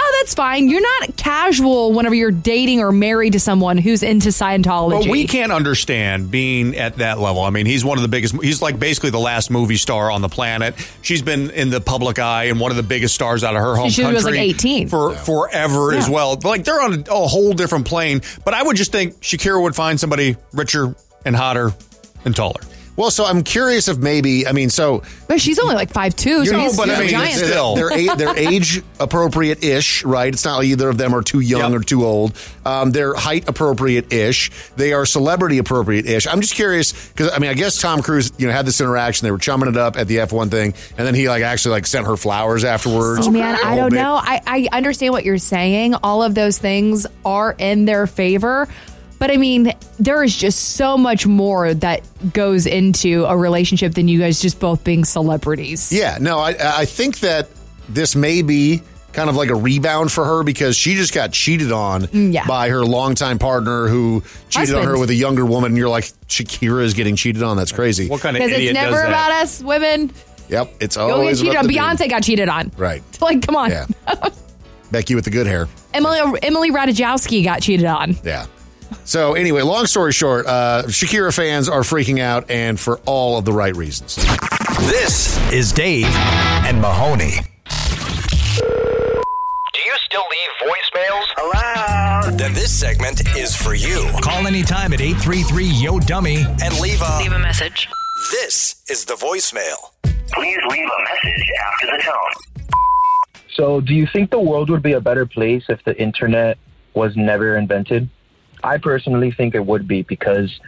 Speaker 4: Oh, that's fine. You're not casual whenever you're dating or married to someone who's into Scientology.
Speaker 3: But we can't understand being at that level. I mean, he's one of the biggest. He's like basically the last movie star on the planet. She's been in the public eye and one of the biggest stars out of her home
Speaker 4: She was,
Speaker 3: country.
Speaker 4: like, 18.
Speaker 3: for forever as
Speaker 4: Yeah.
Speaker 3: well. Like they're on a, a whole different plane. But I would just think Shakira would find somebody richer and hotter and taller.
Speaker 1: well, so I'm curious if maybe I mean, so
Speaker 4: But she's only like five two, so she's still a giant.
Speaker 3: Oh.
Speaker 1: they're, a- they're age appropriate ish, right? It's not like either of them are too young or too old. Um, they're height appropriate ish. They are celebrity appropriate ish. I'm just curious because I mean, I guess Tom Cruise, you know, had this interaction. They were chumming it up at the F1 thing, and then he like actually like sent her flowers afterwards.
Speaker 4: Oh man,
Speaker 1: Whole
Speaker 4: I don't
Speaker 1: bit.
Speaker 4: know. I, I understand what you're saying. All of those things are in their favor. But I mean, there is just so much more that goes into a relationship than you guys just both being celebrities.
Speaker 1: Yeah, no, I I think that this may be kind of like a rebound for her because she just got cheated on
Speaker 5: Mm, yeah.
Speaker 1: by her longtime partner who cheated on
Speaker 5: Husband.
Speaker 1: her with a younger woman. And you're like, Shakira is getting cheated on. That's crazy. What
Speaker 3: kind
Speaker 5: Because it's never about us women.
Speaker 1: Yep, it's
Speaker 5: You'll get
Speaker 1: always
Speaker 5: cheated
Speaker 1: about
Speaker 5: on.
Speaker 1: the dude.
Speaker 5: Beyonce got cheated on.
Speaker 1: Right,
Speaker 5: Like, come on.
Speaker 1: Yeah. Becky with the good hair.
Speaker 5: Emily Emily Ratajkowski got cheated on.
Speaker 1: Yeah. So anyway, long story short, uh, Shakira fans are freaking out, and for all of the right reasons.
Speaker 2: This is Dave and Mahoney.
Speaker 6: Do you still leave voicemails?
Speaker 2: Hello. Then this segment is for you. Call anytime at 833 Yo Dummy and leave a leave a message. This is the voicemail.
Speaker 6: Please leave a message after the tone.
Speaker 9: So, do you think the world would be a better place if the internet was never invented? I personally think it would be because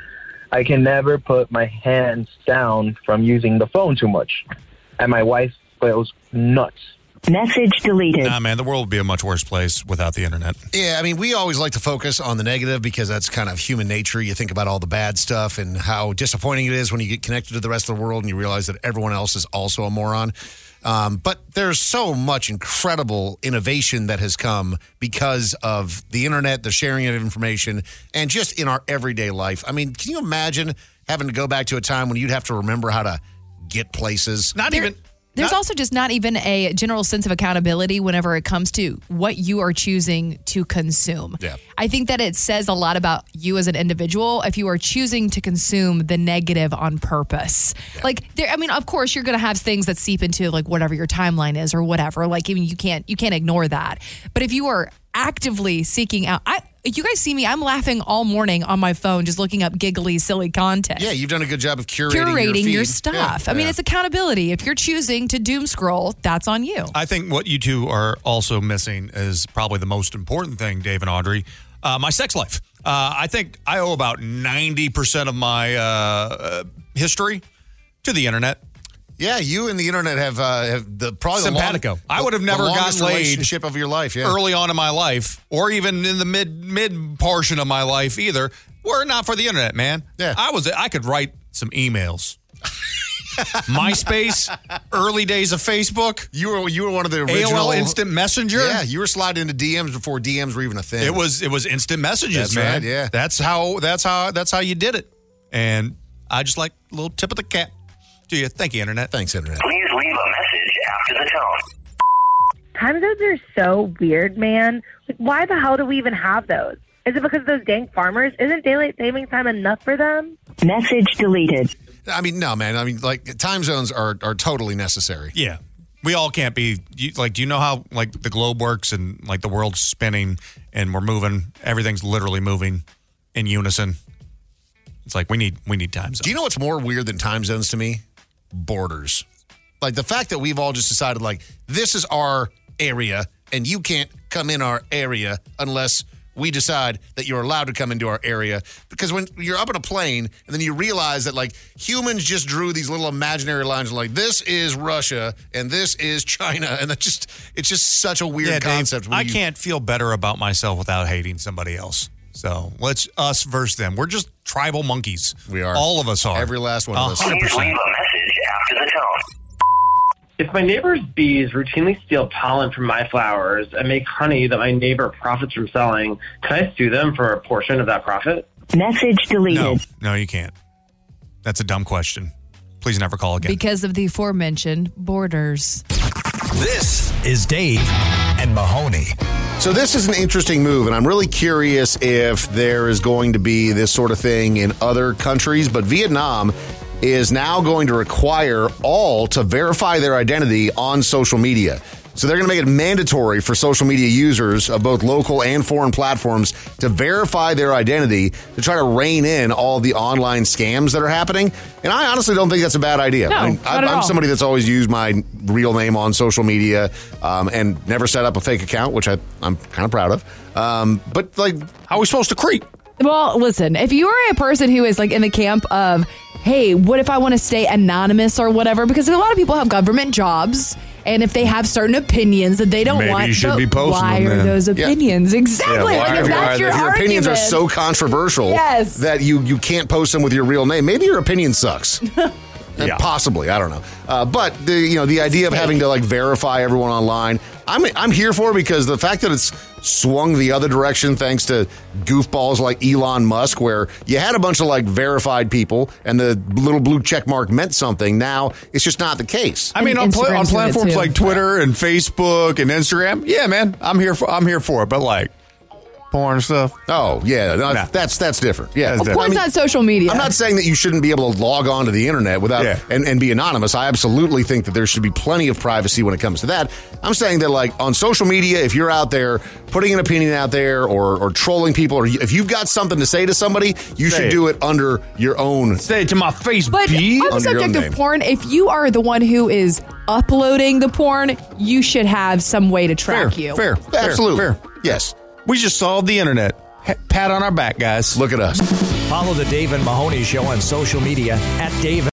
Speaker 9: I can never put my hands down from using the phone too much. And my wife goes nuts.
Speaker 7: Message deleted.
Speaker 3: Nah, man, the world would be a much worse place without the internet.
Speaker 1: Yeah, I mean, we always like to focus on the negative because that's kind of human nature. You think about all the bad stuff and how disappointing it is when you get connected to the rest of the world and you realize that everyone else is also a moron. Um, but there's so much incredible innovation that has come because of the internet, the sharing of information, and just in our everyday life. I mean, can you imagine having to go back to a time when you'd have to remember how to get places? Not even.
Speaker 4: There's also just not even a general sense of accountability whenever it comes to what you are choosing to consume.
Speaker 1: Yeah.
Speaker 4: I think that it says a lot about you as an individual if you are choosing to consume the negative on purpose. Like there I mean of course you're going to have things that seep into like whatever your timeline is or whatever like even you can't you can't ignore that. But if you are actively seeking out I you guys see me I'm laughing all morning on my phone just looking up giggly silly content
Speaker 1: Yeah, you've done a good job of curating,
Speaker 4: curating your,
Speaker 1: feed.
Speaker 4: stuff.
Speaker 1: Yeah,
Speaker 4: I mean,
Speaker 1: yeah.
Speaker 4: it's accountability. If you're choosing to doom scroll, that's on you.
Speaker 3: I think what you two are also missing is probably the most important thing, Dave and Audrey. Uh, my sex life. Uh, I think I owe about ninety percent of my uh, uh, history to the internet.
Speaker 1: Yeah, you and the internet have uh, have the probably
Speaker 3: Simpatico.
Speaker 1: The long,
Speaker 3: I would have
Speaker 1: the
Speaker 3: never
Speaker 1: longest
Speaker 3: gotten laid
Speaker 1: relationship of your life. Yeah,
Speaker 3: early on in my life, or even in the mid mid portion of my life either, were it not for the internet, man. Yeah. I was I could write some emails. MySpace, early days of Facebook.
Speaker 1: You were you were one of the
Speaker 3: AOL
Speaker 1: original-
Speaker 3: Instant Messenger.
Speaker 1: Yeah, you were sliding into DMs before DMs were even a thing.
Speaker 3: It was it was instant messages,
Speaker 1: That's
Speaker 3: man.
Speaker 1: right, yeah.
Speaker 3: that's how that's how that's how you did it. And I just like a little tip of the cap to you. Thank you, internet.
Speaker 1: Thanks, internet.
Speaker 6: Please leave a message after the tone.
Speaker 28: Time zones are so weird, man. Like, why the hell do we even have those? Is it because of those dang farmers? Isn't daylight saving time enough for them?
Speaker 7: Message deleted.
Speaker 1: I mean, no, man. I mean, like time zones are are totally necessary.
Speaker 3: Yeah. We all can't be you, like. Do you know how like the globe works and like the world's spinning and we're moving. Everything's literally moving in unison. It's like we need we need time zones.
Speaker 1: Do you know what's more weird than time zones to me? Borders. Like the fact that we've all just decided like this is our area and you can't come in our area unless we decide that you're allowed to come into our area because when you're up in a plane and then you realize that like humans just drew these little imaginary lines and like this is Russia and this is China and that just it's just such a weird
Speaker 3: Yeah, Dave,
Speaker 1: concept. where
Speaker 3: I
Speaker 1: you-
Speaker 3: can't feel better about myself without hating somebody else. So let's us versus them. We're just tribal monkeys. We are. All of us are. Uh-huh. Every
Speaker 1: last one
Speaker 3: of us. Hundred
Speaker 6: Please leave
Speaker 3: percent.
Speaker 6: a message after the tone.
Speaker 29: If my neighbor's bees routinely steal pollen from my flowers and make honey that my neighbor profits from selling, can I sue them for a portion of that profit?
Speaker 7: Message deleted.
Speaker 3: No, no, you can't. That's a dumb question. Please never call again.
Speaker 4: Because of the aforementioned borders.
Speaker 2: This is Dave and Mahoney.
Speaker 1: So this is an interesting move, and I'm really curious if there is going to be this sort of thing in other countries. But Vietnam is now going to require all to verify their identity on social media. So they're going to make it mandatory for social media users of both local and foreign platforms to verify their identity to try to rein in all the online scams that are happening. And I honestly don't think that's a bad idea.
Speaker 30: No,
Speaker 1: I mean,
Speaker 30: not
Speaker 1: I'm,
Speaker 30: at
Speaker 1: I'm
Speaker 30: all.
Speaker 1: somebody that's always used my real name on social media um, and never set up a fake account, which I, I'm kind of proud of. Um, but like, how are we supposed to creep?
Speaker 5: Well, listen, if you are a person who is like in the camp of, hey, what if I want to stay anonymous or whatever? Because a lot of people have government jobs. And if they have certain opinions that they don't
Speaker 1: Maybe
Speaker 5: want,
Speaker 1: you should
Speaker 5: but
Speaker 1: be posting
Speaker 5: why
Speaker 1: them
Speaker 5: are
Speaker 1: then.
Speaker 5: those
Speaker 1: Yeah.
Speaker 5: opinions? Exactly. like if that's your,
Speaker 1: if your opinions are so
Speaker 5: argument.
Speaker 1: controversial
Speaker 5: Yes.
Speaker 1: that you you can't post them with your real name, maybe your opinion sucks. Uh, Possibly, I don't know. Uh, but the you know the idea of having to like verify everyone online, I'm I'm here for because the fact that it's swung the other direction thanks to goofballs like Elon Musk, where you had a bunch of like verified people and the little blue check mark meant something. Now it's just not the case.
Speaker 3: I mean, on, pla- on platforms like Twitter and Facebook and Instagram, yeah, man, I'm here for I'm here for it. But like porn stuff,
Speaker 1: oh yeah, no, that's that's different. Yeah,
Speaker 4: Of course, not social media.
Speaker 1: I'm not saying that you shouldn't be able to log on to the internet without and, and be anonymous. I absolutely think that there should be plenty of privacy when it comes to that. I'm saying that like on social media, if you're out there putting an opinion out there or or trolling people, or if you've got something to say to somebody, you
Speaker 3: Say
Speaker 1: should
Speaker 3: it.
Speaker 1: do it under your own.
Speaker 3: Say it to my face,
Speaker 4: But on the subject of porn, if you are the one who is uploading the porn, you should have some way to track you.
Speaker 3: fair, fair,
Speaker 1: Absolutely.
Speaker 3: fair.
Speaker 1: Yes,
Speaker 3: we just solved the internet. Ha- Pat on our back, guys.
Speaker 1: Look at us.
Speaker 17: Follow the Dave and Mahoney Show on social media at Dave.